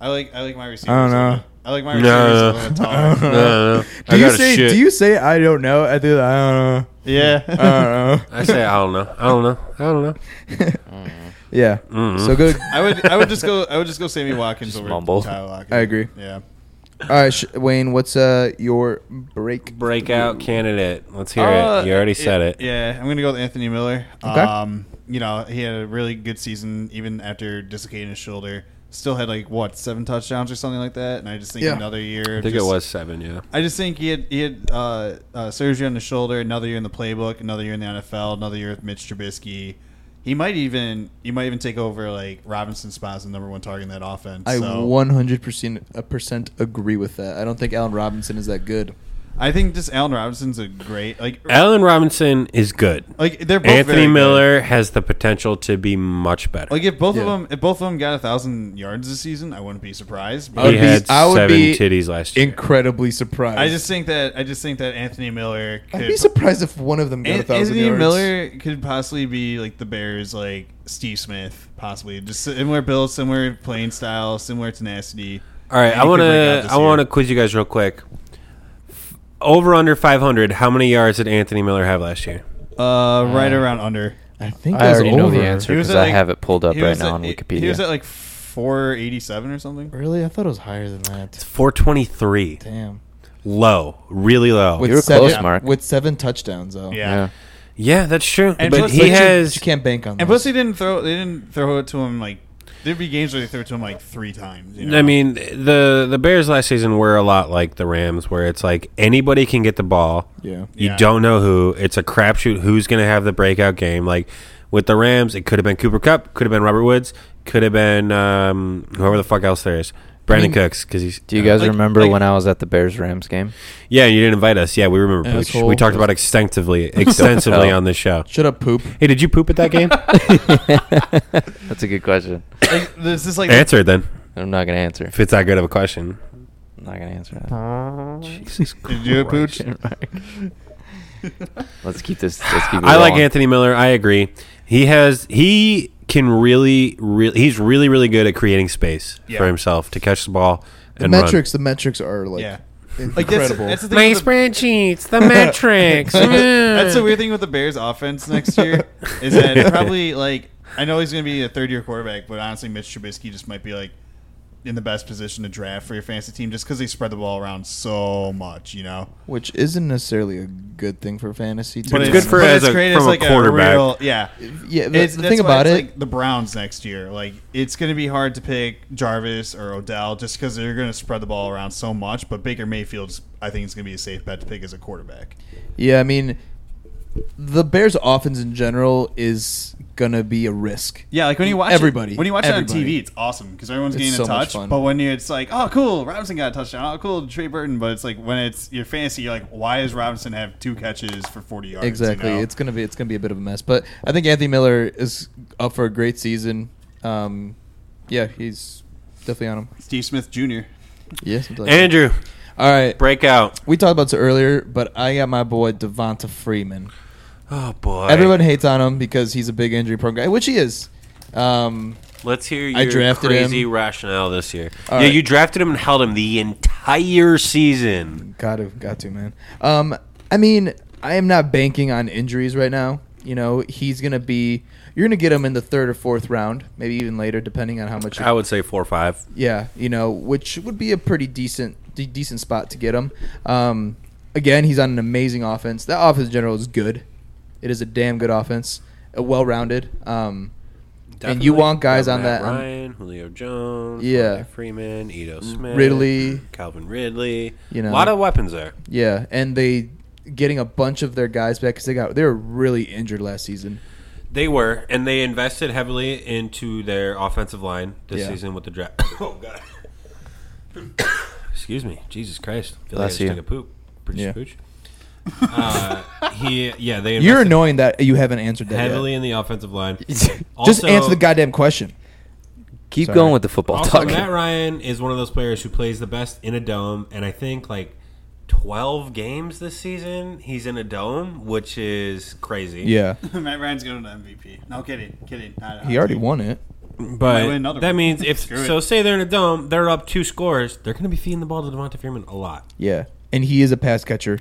S5: I like I like my receivers.
S3: I don't know.
S5: a little- I like my
S2: No,
S5: receivers
S2: no,
S3: Uh,
S5: a
S2: no.
S5: little taller.
S2: No, no, no. I
S3: Do you
S2: gotta
S3: say?
S2: shit.
S3: Do you say I don't know? I do. I
S5: Yeah.
S3: don't know. I don't know.
S2: I say I don't know. I don't know. I don't know.
S3: Yeah.
S2: Mhm.
S3: Mm-hmm. So good.
S5: I would I would just go I would just go Sammy Watkins over
S4: mumble.
S5: Tyler Lockett.
S3: I agree.
S5: Yeah.
S3: All right, Sh- Wayne. What's uh your break?
S2: breakout candidate. Let's hear
S5: Uh,
S2: it. You already said it.
S5: Yeah, I'm gonna go with Anthony Miller.
S3: Okay.
S5: Um, you know, he had a really good season even after dislocating his shoulder. Still had like what seven touchdowns or something like that, and I just think
S3: Yeah.
S5: another year.
S2: I think
S5: just,
S2: it was seven. Yeah.
S5: I just think he had he had uh, uh, surgery on the shoulder, another year in the playbook, another year in the NFL, another year with Mitch Trubisky. He might even he might even take over like Robinson's spot as the number one target in that offense.
S3: I
S5: so.
S3: one hundred percent a percent agree with that. I don't think Allen Robinson is that good.
S5: I think just Allen Robinson's a great like
S2: Allen Robinson is good.
S5: like they're both very
S2: Anthony
S5: good.
S2: Miller has the potential to be much better.
S5: Like if both of
S3: Yeah.
S5: them, if both of them got a thousand yards this season, I wouldn't be surprised.
S3: I would
S5: But
S2: he
S3: be-
S2: had
S3: I would
S2: seven
S3: be
S2: titties last year.
S3: Incredibly surprised.
S5: I just think that I just think that Anthony Miller could
S3: I'd be surprised if one of them got a
S5: An-
S3: thousand
S5: Anthony
S3: yards.
S5: Miller could possibly be like the Bears, like Steve Smith, possibly just similar build, similar playing style, similar tenacity.
S2: All right,
S5: And
S2: I
S5: he could
S2: want
S5: break out
S2: to
S5: this
S2: I
S5: year.
S2: want to quiz you guys real quick. Over under 500, how many yards did Anthony Miller have last year?
S5: uh, right around under.
S3: I think
S4: I
S3: that's
S4: already know the
S3: over.
S4: answer
S5: He was
S4: because
S5: at,
S4: I
S5: like-
S4: have it pulled up
S5: He
S4: right
S5: was
S4: now
S5: at-
S4: on
S5: he-
S4: Wikipedia.
S5: He was at like four eighty seven or something.
S3: Really, I thought it was higher than that.
S2: 423.
S3: Damn.
S2: Low, really low.
S4: were
S3: seven,
S4: close, Mark.
S3: With seven touchdowns, though.
S5: Yeah.
S4: yeah.
S2: yeah, that's true.
S5: And
S2: but
S5: plus,
S2: he
S5: like,
S3: you-
S2: has
S3: You can't bank on.
S5: And
S3: those.
S5: plus, they didn't throw. They didn't throw it to him like. There'd be games where they threw it to him like three times. You know?
S2: I mean, the the Bears last season were a lot like the Rams, where it's like anybody can get the ball.
S3: Yeah.
S2: You
S5: Yeah.
S2: don't know who. It's a crapshoot. Who's going to have the breakout game? Like with the Rams, it could have been Cooper Cup, could have been Robert Woods, could have been um, whoever the fuck else there is. Brandon
S3: mean-
S2: Cooks, because he's. uh,
S4: Do you guys
S5: Like-
S4: remember
S5: like-
S4: when I was at the Bears Rams game?
S2: Yeah, you didn't invite us. Yeah, we remember. Pooch.
S3: Asshole.
S2: We talked about it extensively, extensively
S4: Oh.
S2: on this show.
S3: Shut up, poop.
S2: Hey, did you poop at that game?
S4: That's a good question.
S5: like, this is like
S2: Answer it then,
S4: I'm not gonna answer.
S2: if it's that good of a question.
S4: not gonna answer that. Jesus
S5: Did you do it, Pooch?
S4: Let's keep this. Let's keep. It
S2: I like
S4: rolling.
S2: Anthony Miller. I agree. He has he can really really he's really really good at creating space
S5: Yeah.
S2: for himself to catch the ball
S3: The
S2: and
S3: metrics, the metrics are like
S5: Yeah. Like that's,
S3: incredible.
S5: that's the
S2: Run.
S5: thing. with the-
S2: spreadsheets, the metrics.
S5: that's the weird thing with the Bears offense next year is that probably like I know he's going to be a third year quarterback, but honestly, Mitch Trubisky just might be like in the best position to draft for your fantasy team just because they spread the ball around so much, you know.
S3: which isn't necessarily a good thing for fantasy. to
S2: But
S3: be
S2: it's good
S3: honest.
S2: for
S5: but
S2: as
S5: it's
S2: a-
S5: great
S2: from
S5: as,
S2: a
S5: like,
S2: quarterback.
S5: real- yeah,
S3: yeah. The,
S5: It's-
S3: the
S5: that's
S3: thing
S5: why
S3: about
S5: it's,
S3: it,
S5: like the Browns next year, like it's going to be hard to pick Jarvis or Odell just because they're going to spread the ball around so much. But Baker Mayfield's, I think, is going to be a safe bet to pick as a quarterback.
S3: yeah, I mean, the Bears' offense in general is gonna be a risk.
S5: Yeah, like when you watch
S3: Everybody.
S5: it, when you watch it on
S3: Everybody.
S5: TV, it's awesome because everyone's
S3: It's
S5: getting
S3: so
S5: in
S3: much
S5: touch.
S3: fun.
S5: But when you, it's like, oh, cool, Robinson got a touchdown. Oh, cool, Trey Burton. But it's like when it's your fantasy, you're like, why does Robinson have two catches for 40 yards? you
S3: Exactly.
S5: know?
S3: It's gonna be it's gonna be a bit of a mess. But I think Anthony Miller is up for a great season. Um, yeah, he's definitely on him.
S5: Steve Smith Jr.
S3: Yeah, something like that.
S2: Andrew,
S3: All right,
S2: breakout.
S3: we talked about this earlier, but I got my boy Devonta Freeman.
S2: Oh boy.
S3: Everyone hays on him because he's a big injury prone guy, which he is. Um,
S2: Let's hear your
S3: I drafted
S2: crazy
S3: him.
S2: rationale this year.
S3: All
S2: yeah,
S3: right.
S2: you drafted him and held him the entire season.
S3: got to, got to, man. Um, I mean, I am not banking on injuries right now. You know, he's gonna be. You're gonna get him in the third or fourth round, maybe even later, depending on how much.
S2: I would say four or five.
S3: Yeah, you know, which would be a pretty decent de- decent spot to get him. Um, again, he's on an amazing offense. That offense in general is good. It is a damn good offense, uh, well rounded. Um, And you want guys
S2: Got
S3: on
S2: Matt
S3: that- on-
S2: Ryan, Julio Jones,
S3: Yeah.
S2: Marcus Freeman, Edo Smith,
S3: Ridley.
S2: Calvin Ridley.
S3: You know.
S2: a lot of weapons there.
S3: yeah, and they getting a bunch of their guys back because they got they were really injured last season.
S2: They were, and they invested heavily into their offensive line this
S3: Yeah.
S2: season with the draft. oh God! Excuse me, Jesus Christ! I feel
S4: Bless
S2: like I
S4: you.
S2: just took a poop. Pretty
S3: Yeah.
S2: spooch. uh, he, yeah, they
S3: You're
S2: invested
S3: annoying that you haven't answered that. yet.
S2: heavily in the offensive line.
S3: Just
S2: Also-
S3: answer the goddamn question.
S4: Keep
S3: Sorry.
S4: going with the football
S2: Also,
S4: talk.
S2: Matt Ryan is one of those players who plays the best in a dome, and I think like twelve games this season he's in a dome, which is crazy.
S3: Yeah,
S5: Matt Ryan's going to MVP. No kidding, kidding. I-
S3: he
S5: I-
S3: already won it.
S2: But
S5: Might win another
S2: that
S5: one.
S2: means if
S5: Screw it.
S2: so, say they're in a dome, they're up two scores. They're going to be feeding the ball to Devonta Freeman a lot.
S3: Yeah, and he is a pass catcher.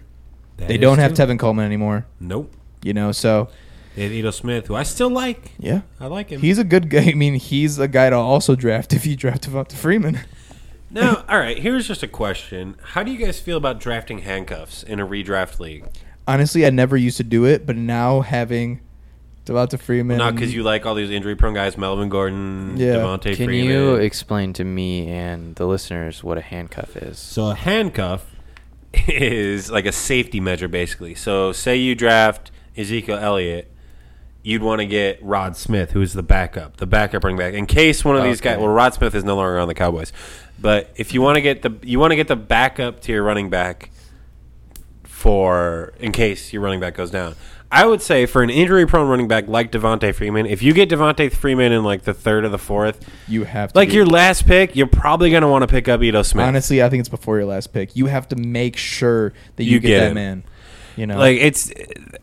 S2: That
S3: They
S2: is
S3: don't have
S2: true.
S3: Tevin Coleman anymore.
S2: Nope.
S3: You know, so
S2: They have Edo Smith, who I still like.
S3: yeah,
S2: I like him.
S3: He's a good guy. I mean, he's a guy to also draft if you draft Devonta Freeman.
S2: now, all right. Here's just a question: How do you guys feel about drafting handcuffs in a redraft league?
S3: Honestly, I never used to do it, but now having Devonta Freeman,
S2: Not because you like all these injury-prone guys, Melvin Gordon,
S3: Yeah.
S2: Devontae
S4: Can
S2: Freeman.
S4: you explain to me and the listeners what a handcuff is?
S2: So a handcuff is like a safety measure, basically. So say you draft Ezekiel Elliott, you'd want to get Rod Smith, who is the backup, the backup running back, in case one of these guys. Well, Rod Smith is no longer on the Cowboys, but if you want to get the you want to get the backup to your running back for in case your running back goes down. I would say for an injury-prone running back like Devontae Freeman, if you get Devontae Freeman in like the third or the fourth,
S3: you have to
S2: like
S3: be-
S2: your last pick, you're probably going to want to pick up Edo Smith.
S3: Honestly, I think it's before your last pick. You have to make sure that you,
S2: You
S3: get,
S2: get
S3: that
S2: him.
S3: man. You know,
S2: Like it's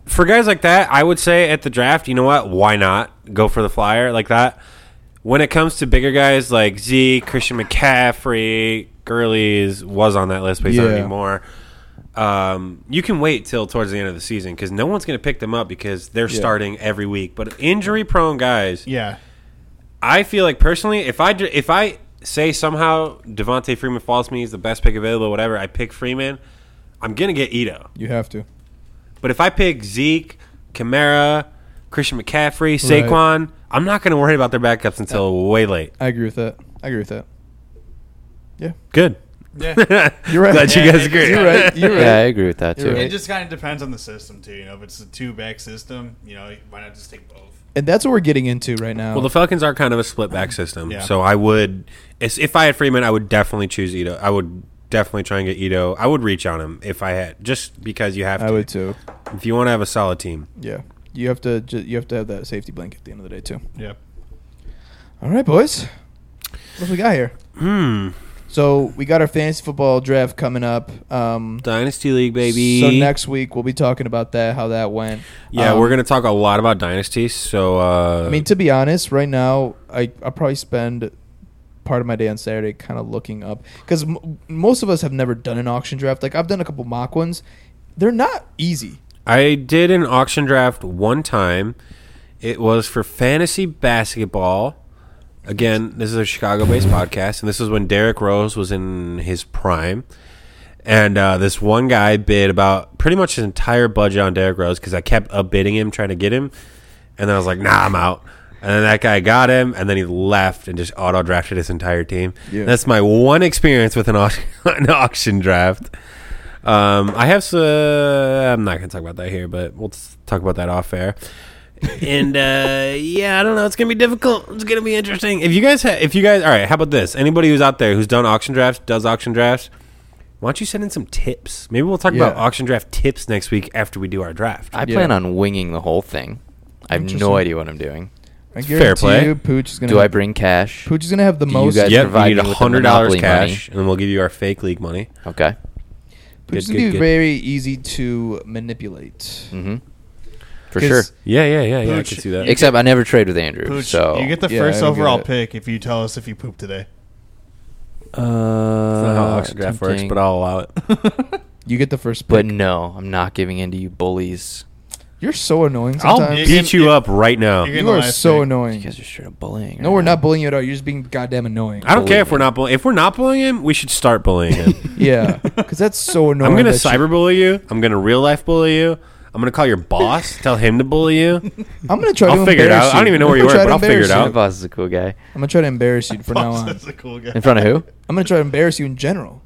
S2: for guys like that, I would say at the draft, you know what? Why not go for the flyer like that? When it comes to bigger guys like Zeke, Christian McCaffrey, Gurley's was on that list, but he's not
S3: Yeah.
S2: anymore. Um, you can wait till towards the end of the season because no one's going to pick them up because they're starting every week. But injury-prone guys,
S5: Yeah,
S2: I feel like personally, if I dr- if I say somehow Devontae Freeman falls to me, he's the best pick available, whatever. I pick Freeman, I'm gonna get Ito.
S3: you have to.
S2: But if I pick Zeke, Kamara, Christian McCaffrey,
S3: Right.
S2: Saquon, I'm not going to worry about their backups until way late.
S3: I agree with that. I agree with that.
S2: Good.
S3: You're right.
S2: Glad you
S5: Yeah,
S2: guys
S5: it-
S2: agree.
S3: You're right. You're right.
S4: Yeah, I agree with that
S3: You're
S4: too.
S3: right.
S5: it just kind of depends on the system too. You know, if it's a two back system, you know, why not just take both?
S3: And that's what we're getting into right now.
S2: Well, the Falcons are kind of a split back system,
S5: Yeah.
S2: so I would, as- if I had Freeman, I would definitely choose Ito. I would definitely try and get Ito. I would reach on him if I had, just because you have to.
S3: I would too.
S2: If you want to have a solid team,
S3: Yeah, you have to. Ju- you have to have that safety blanket at the end of the day too.
S5: Yep.
S3: All right, boys. What have we got here? Hmm. So we got our fantasy football draft coming up. Um,
S2: Dynasty League, baby.
S3: So next week we'll be talking about that, how that went.
S2: Yeah,
S3: Um,
S2: we're gonna talk a lot about Dynasty. So uh,
S3: I mean, to be honest, right now I I probably spend part of my day on Saturday kind of looking up because m- most of us have never done an auction draft. Like I've done a couple mock ones. They're not easy.
S2: I did an auction draft one time. It was for fantasy basketball. Again, this is a Chicago-based podcast, and this is when Derrick Rose was in his prime. And uh, this one guy bid about pretty much his entire budget on Derrick Rose because I kept upbidding him, trying to get him. And then I was like, "Nah, I'm out." And then that guy got him, and then he left and just auto drafted his entire team. That's my one experience with an auction, an auction draft. Um, I have. s- Uh, I'm not gonna talk about that here, but we'll s- talk about that off air. and uh, yeah, I don't know. It's gonna be difficult. It's gonna be interesting. If you guys, ha- if you guys, all right. How about this? Anybody who's out there who's done auction drafts, does auction drafts. Why don't you send in some tips? Maybe we'll talk about
S3: Yeah.
S2: auction draft tips next week after we do our draft.
S4: I
S3: Yeah.
S4: plan on winging the whole thing. I have
S3: Interesting.
S4: no idea what I'm doing.
S3: I
S2: Fair
S3: guarantee
S2: play.
S3: you, Pooch is gonna.
S4: Do I
S3: have-
S4: bring cash?
S3: Pooch is gonna have the
S4: Do you
S3: most.
S4: guys
S2: yep,
S4: provide
S2: you need
S4: me with the
S2: hundred dollars
S4: Monopoly
S2: cash, and then we'll give you our fake league money.
S4: Okay.
S3: Pooch is
S2: Good,
S3: gonna
S2: good,
S3: be
S2: good.
S3: very easy to manipulate.
S4: Mm-hmm. For sure.
S3: 'Cause
S2: Yeah, yeah, yeah, yeah. I
S5: Pooch,
S2: can see that.
S5: you-
S4: Except I never trade with Andrew.
S5: Pooch,
S4: so
S5: you get the
S3: Yeah,
S5: first
S3: I get
S5: overall
S3: it.
S5: pick if you tell us if you poop today.
S4: Uh, That's
S2: That's not
S4: uh,
S2: how auction draft works, but I'll allow it.
S3: You get the first
S4: But
S3: pick.
S4: no, I'm not giving in to you bullies.
S3: You're so annoying
S5: I'll
S3: sometimes.
S5: be-
S2: Beat you up right now.
S5: You're
S3: you
S5: the
S3: are
S5: last
S3: so
S5: pick.
S4: You
S3: annoying.
S4: guys are straight up bullying.
S3: No,
S4: right
S3: we're
S4: now.
S3: not bullying you at all. You're just being goddamn annoying.
S2: I don't
S4: Bullying
S2: care if we're
S4: him.
S2: not bullying. If we're not bullying him, we should start bullying him.
S3: Yeah, because that's so annoying.
S2: I'm gonna
S3: that you-
S2: cyberbully you. I'm gonna real life bully you. I'm gonna call your boss, tell him to bully you.
S3: I'm gonna try
S2: I'll
S3: to
S2: figure it
S3: embarrass
S2: out. I don't even know
S3: I'm
S2: where
S3: gonna
S2: you
S3: try
S2: are,
S3: to
S2: but I'll figure it
S3: embarrass
S2: out.
S4: My
S3: you.
S4: boss is a cool guy.
S3: I'm gonna try to embarrass you from now
S5: Boss,
S3: on.
S5: That's a cool guy.
S4: In front of who?
S3: I'm gonna try to embarrass you in general.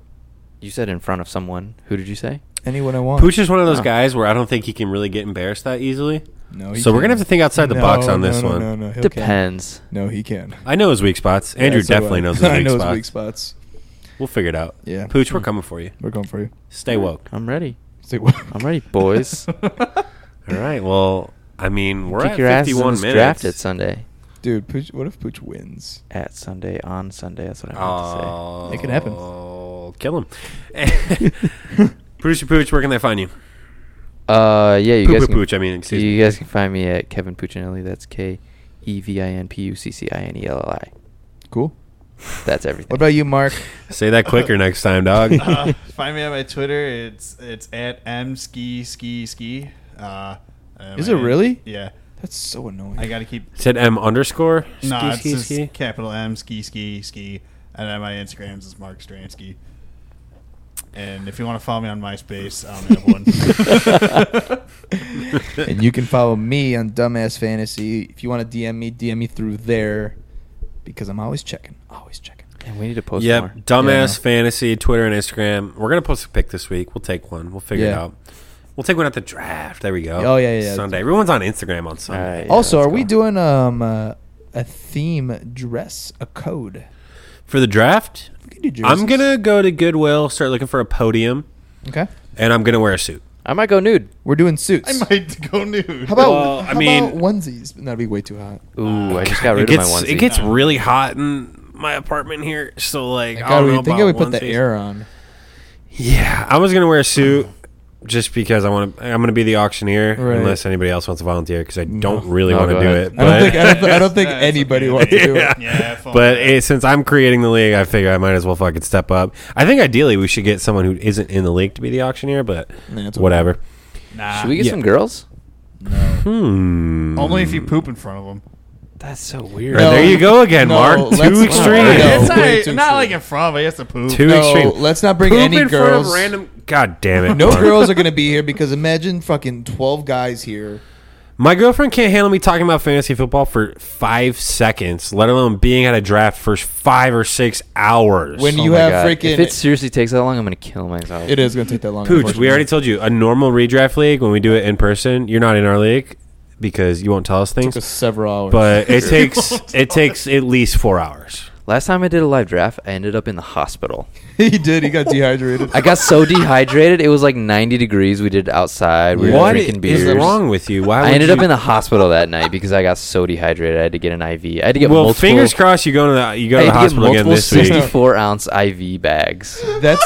S4: You said in front of someone. Who did you say?
S3: Anyone I want.
S2: Pooch is one of those
S4: Oh.
S2: guys where I don't think he can really get embarrassed that easily.
S3: No,
S2: So we're gonna have to think outside the box on this
S3: no,
S2: one.
S3: No, no, no. he'll
S4: Depends.
S3: Can. No, he can.
S2: I know his weak spots. Andrew
S3: Yeah, so do
S2: definitely
S3: I.
S2: knows his
S3: I
S2: weak
S3: know
S2: spots.
S3: his weak spots.
S2: We'll figure it out.
S3: Yeah. Hmm.
S2: Pooch, we're coming for you.
S3: We're going for you.
S2: Stay woke.
S4: I'm ready.
S3: Say what?
S4: I'm ready, boys.
S2: All right. Well, I mean, we're
S4: Kick
S2: at
S4: your ass
S2: 51
S4: minutes.
S2: minutes.
S4: Draft at Sunday.
S3: Dude, Pooch, what if Pooch wins?
S4: At Sunday on Sunday. That's what I meant
S2: Oh,
S3: It could happen.
S2: Kill him. Producer Pooch, where can they find you?
S4: to say. Uh, yeah, you
S2: Poo
S4: guys.
S2: Poo
S4: Can,
S2: Pooch, I mean, excuse
S4: you
S2: me.
S4: guys can find me at Kevin Puccinelli. That's K E V I N P U C C I N E L L I.
S3: Cool.
S4: That's everything.
S3: What about you, Mark?
S2: Say that quicker next time, dog.
S5: uh, find me on my Twitter. It's it's at m ski ski ski. Uh, and
S3: Is
S5: my
S3: it
S5: name-
S3: really?
S5: Yeah,
S3: That's so annoying.
S5: I gotta keep.
S2: Said M underscore.
S5: nah,
S2: ski,
S5: it's
S2: ski,
S5: just
S2: ski.
S5: capital M ski ski ski, and then my Instagrams is Mark Stransky. And if you want to follow me on MySpace, I don't have one.
S3: and you can follow me on Dumbass Fantasy. If you want to DM me, DM me through there because I'm always checking. Always checking.
S4: And we need to post
S2: Yep,
S4: more.
S2: dumbass
S3: Yeah.
S2: fantasy Twitter and Instagram. We're gonna post a pic this week. We'll take one. We'll figure it
S3: Yeah.
S2: out. We'll take one at the draft. There we go.
S3: Oh, yeah, yeah, yeah.
S2: Sunday. Everyone's on Instagram on
S4: All
S2: Sunday.
S4: right, yeah,
S3: also, are
S4: let's
S3: we
S4: go.
S3: doing um uh, a theme dress, a code?
S2: For the draft,
S3: We can do
S2: I'm
S3: jerseys.
S2: gonna go to Goodwill, start looking for a podium,
S3: Okay.
S2: and I'm gonna wear a suit.
S4: I might go nude.
S3: We're doing suits.
S5: I might go nude.
S3: How about
S2: Well, I
S3: how
S2: mean-
S3: about onesies? That'd be way too hot.
S4: Ooh, I just got
S2: Ah, It
S4: rid of my
S2: gets
S4: onesie.
S2: it gets really hot in my apartment here, so like I
S3: God,
S2: don't
S3: we
S2: know
S3: think
S2: about
S3: we put the
S2: onesies.
S3: air on.
S2: Yeah, I was gonna wear a suit just because I want to. I'm gonna be the auctioneer
S3: Right.
S2: unless anybody else wants to volunteer because I don't really
S4: No,
S2: want to
S4: go
S2: do
S4: ahead.
S2: it.
S3: I don't think
S2: But
S3: I don't, I don't think
S5: That's
S3: anybody
S5: okay.
S3: wants to do it.
S5: yeah, fuck
S2: but
S5: that.
S2: eh, since I'm creating the league, I figure I might as well fucking step up. I think ideally we should get someone who isn't in the league to be the auctioneer, but
S3: Nah, it's okay.
S2: whatever.
S5: nah.
S4: Should we get
S2: Yeah.
S4: some girls?
S2: Hmm.
S5: Only if you poop in front of them.
S4: That's so weird.
S2: Right, there you go again,
S3: No,
S2: Mark.
S3: let's
S2: Two
S3: not.
S2: extremes.
S3: No.
S5: it's
S3: way
S5: not, not
S3: too
S5: like
S3: extreme.
S5: in front of him. He has to poop.
S2: Too
S3: No,
S2: extreme.
S3: let's not bring
S2: Poop
S3: any
S2: in front of
S3: girls.
S2: random. God damn it.
S3: No
S2: Mark.
S3: girls are gonna be here because imagine fucking twelve guys here.
S2: My girlfriend can't handle me talking about fantasy football for five seconds, let alone being at a draft for five or six hours.
S3: When
S4: Oh
S3: you
S4: my
S3: have
S4: God.
S3: freaking,
S4: If it seriously takes that long, I'm gonna kill myself.
S3: it is gonna take that long.
S2: Pooch, we already told you a normal redraft league when we do it in person. You're not in our league because you won't tell us
S3: unfortunately. took
S2: things.
S3: us several hours.
S2: But it takes it takes at least four hours.
S4: Last time I did a live draft, I ended up in the hospital.
S3: he did. He got dehydrated.
S4: I got so dehydrated. It was like 90 degrees. We did it outside. We were
S2: What
S4: drinking beers.
S2: is wrong with you? Why
S4: I
S2: would
S4: ended
S2: you-
S4: up in the hospital that night because I got so dehydrated. I had to get an IV. I had to get
S2: Well,
S4: multiple.
S2: fingers crossed you go to the you go
S4: I
S2: to the
S4: had to get
S2: hospital again
S4: multiple
S2: this week.
S4: 64 ounce IV bags.
S3: That's.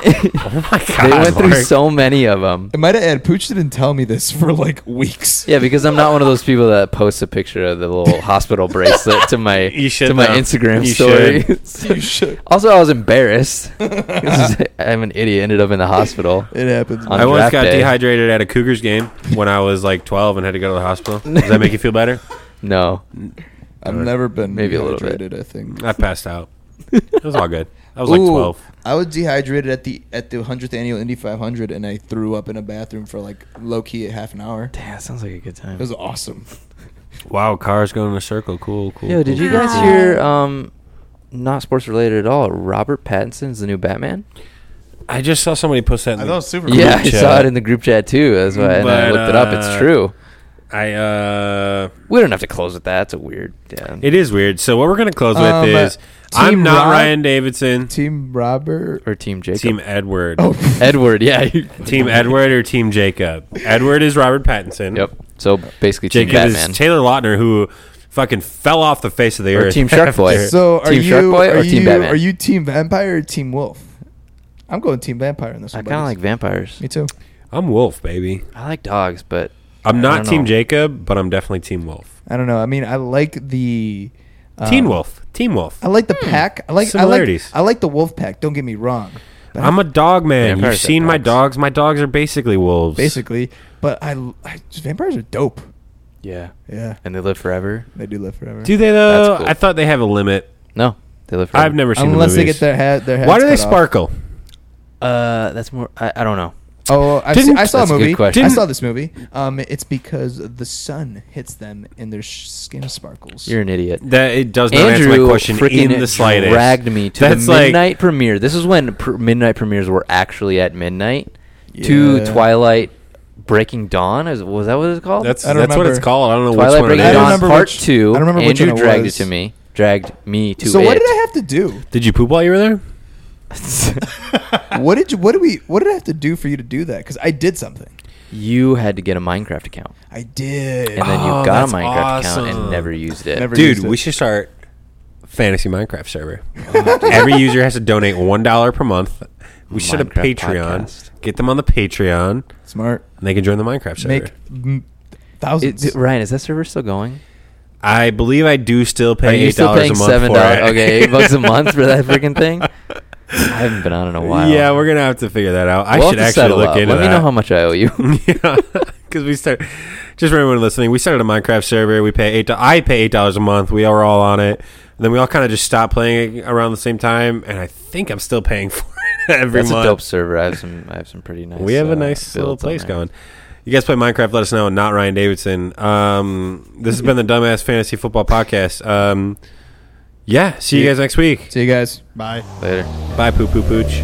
S2: Oh my god!
S4: They went through
S2: Mark.
S4: so many of them.
S3: I might have added. Pooch didn't tell me this for like weeks.
S4: Yeah, because I'm not one of those people that posts a picture of the little hospital bracelet to my
S2: You should,
S4: to my
S2: though.
S4: Instagram
S2: You
S3: You
S4: story.
S3: should.
S4: also, I was embarrassed. This is- I'm an idiot. Ended up in the hospital.
S3: It happens.
S4: On
S2: I once
S4: draft
S2: got
S4: day.
S2: dehydrated at a Cougars game when I was like 12 and had to go to the hospital. Does that make you feel better?
S4: No,
S3: I've never been
S4: Maybe a little bit.
S3: dehydrated. I think.
S2: I passed out. It was all good. I was like
S3: Ooh,
S2: 12.
S3: I was dehydrated at the at the hundredth annual Indy 500, and I threw up in a bathroom for like low key at half an hour.
S4: damn, that sounds like a good time.
S3: It was awesome.
S2: Wow, cars going in a circle. Cool, cool.
S4: Yo, did
S2: cool.
S4: you guys hear? Um, not sports related at all. Robert Pattinson's the new Batman.
S2: I just saw somebody post that. In
S5: I
S2: the-
S5: thought super.
S4: Yeah, I
S2: group
S4: saw
S2: chat.
S4: it in the group chat too. That's why and I
S2: But,
S4: looked it up. It's
S2: uh,
S4: true.
S2: I uh,
S4: We don't have to close with that. It's a weird. Yeah.
S2: it is weird. So what we're gonna close
S3: Um,
S2: with is
S3: Team
S2: I'm not
S3: Rob-
S2: Ryan Davidson.
S3: Team Oh. Robert.
S4: or Team Jacob.
S2: Team Edward.
S4: Edward. Yeah. you-
S2: Team Edward or Team Jacob? Edward is Robert Pattinson.
S4: Yep. So basically,
S2: Jacob
S4: Team
S2: is
S4: Batman.
S2: Taylor Lautner, who fucking fell off the face of the
S4: or
S2: earth.
S4: Team Shark Boy.
S2: after-
S3: So are
S4: Team
S3: you
S4: Shark Boy
S3: are
S4: or Team
S3: you
S4: Batman?
S3: are you Team Vampire or Team Wolf? I'm going Team Vampire in this
S4: I
S3: one.
S4: kind of
S3: buddies.
S4: like vampires.
S3: Me too.
S2: I'm Wolf, baby.
S4: I like dogs, but
S2: I'm
S4: I
S2: not
S4: don't
S2: Team
S4: know.
S2: Jacob, but I'm definitely Team Wolf.
S3: I don't know. I mean, I like the um,
S2: Teen Wolf. Teen Wolf.
S3: I like the
S4: Hmm.
S3: pack. I like I like
S2: Similarities.
S3: I like the wolf pack. Don't get me wrong. But
S2: I'm a dog man. You've
S4: Vampires are
S2: seen my
S4: dogs.
S2: dogs. My dogs are basically wolves.
S3: basically, but I, I vampires are dope.
S4: yeah,
S3: Yeah,
S4: and they live forever.
S3: they do live forever.
S2: Do they though?
S4: That's cool.
S2: I thought they have a limit.
S4: No, they live forever.
S2: I've never seen.
S3: Unless
S2: the
S3: they
S2: movies.
S3: get their head, their heads
S2: Why do they
S3: cut off.
S2: sparkle?
S4: Uh, that's more. I, I don't know.
S3: Oh, I've
S2: Didn't-
S3: seen, I saw a
S4: That's a good
S3: movie.
S4: question.
S3: I
S2: Didn't-
S3: saw this movie. Um, it's because the sun hits them and their sh- skin sparkles.
S4: You're an idiot.
S2: That it does not answer
S4: Andrew
S2: my question
S4: freaking
S2: in the slightest.
S4: dragged me to
S2: That's
S4: the
S2: like-
S4: midnight premiere. This is when pr- midnight premieres were actually at midnight. To
S3: Yeah.
S4: Twilight Breaking Dawn. Is, was that what it was called?
S2: That's
S3: I
S2: that's
S3: don't
S2: what
S3: remember.
S2: it's called. I don't know
S4: Twilight
S2: which one
S4: Breaking
S2: it
S3: I don't
S4: Dawn
S2: is.
S3: remember
S4: Part
S3: which-
S4: Two.
S3: I don't remember which
S4: Andrew
S3: one it
S4: dragged
S3: was.
S4: it to me. Dragged me to
S3: so
S4: it.
S3: what did I have to do?
S2: Did you poop while you were there?
S3: What did you? What did we? What did I have to do for you to do that? Because I did something.
S4: You had to get a Minecraft account,
S3: I did. Ah,
S4: and then
S2: Oh,
S4: you got
S2: that's
S4: a Minecraft account
S2: awesome.
S4: and never used it.
S3: Never
S2: Dude,
S3: used it.
S2: we should start fantasy Minecraft server. Every user has to donate one dollar per month. We should have
S4: Minecraft
S2: Patreon.
S4: podcast.
S2: Get them on the Patreon,
S3: smart
S2: and they can join the Minecraft server.
S3: make mm, thousands.
S4: It, Ryan, is that server still going?
S2: I believe I do still
S4: Are
S2: pay
S4: you
S2: eight
S4: still
S2: dollars a
S4: paying
S2: month
S4: seven
S2: for
S4: dollars?
S2: it.
S4: Okay, eight bucks a month for that freaking thing. I haven't been on in a while.
S2: Yeah, we're gonna have to figure that out. I
S4: We'll
S2: should
S4: have to
S2: actually
S4: settle
S2: look
S4: up.
S2: into
S4: Let
S2: that.
S4: me know how much I owe you.
S2: because we start. Just for everyone listening, we started a Minecraft server. We pay eight. do- I pay eight dollars a month. We are all on it. And then we all kind of just stopped playing it around the same time. And I think I'm still paying for it every
S4: That's a
S2: month.
S4: dope server. I have some. I have some pretty nice.
S2: we have
S4: uh,
S2: a nice little
S4: builds on
S2: place
S4: there.
S2: going. You guys play Minecraft? Let us know. Not Ryan Davidson. Um, this has been the Dumbass Fantasy Football Podcast. Um, yeah. See you guys next week.
S3: See you guys.
S5: Bye.
S4: Later.
S2: Bye, poo poo pooch.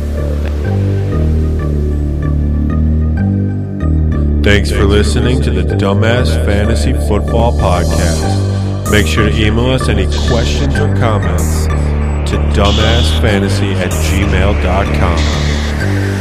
S2: Thanks for listening to the Dumbass Fantasy Football Podcast. Make sure to email us any questions or comments to dumbassfantasy at gmail.com.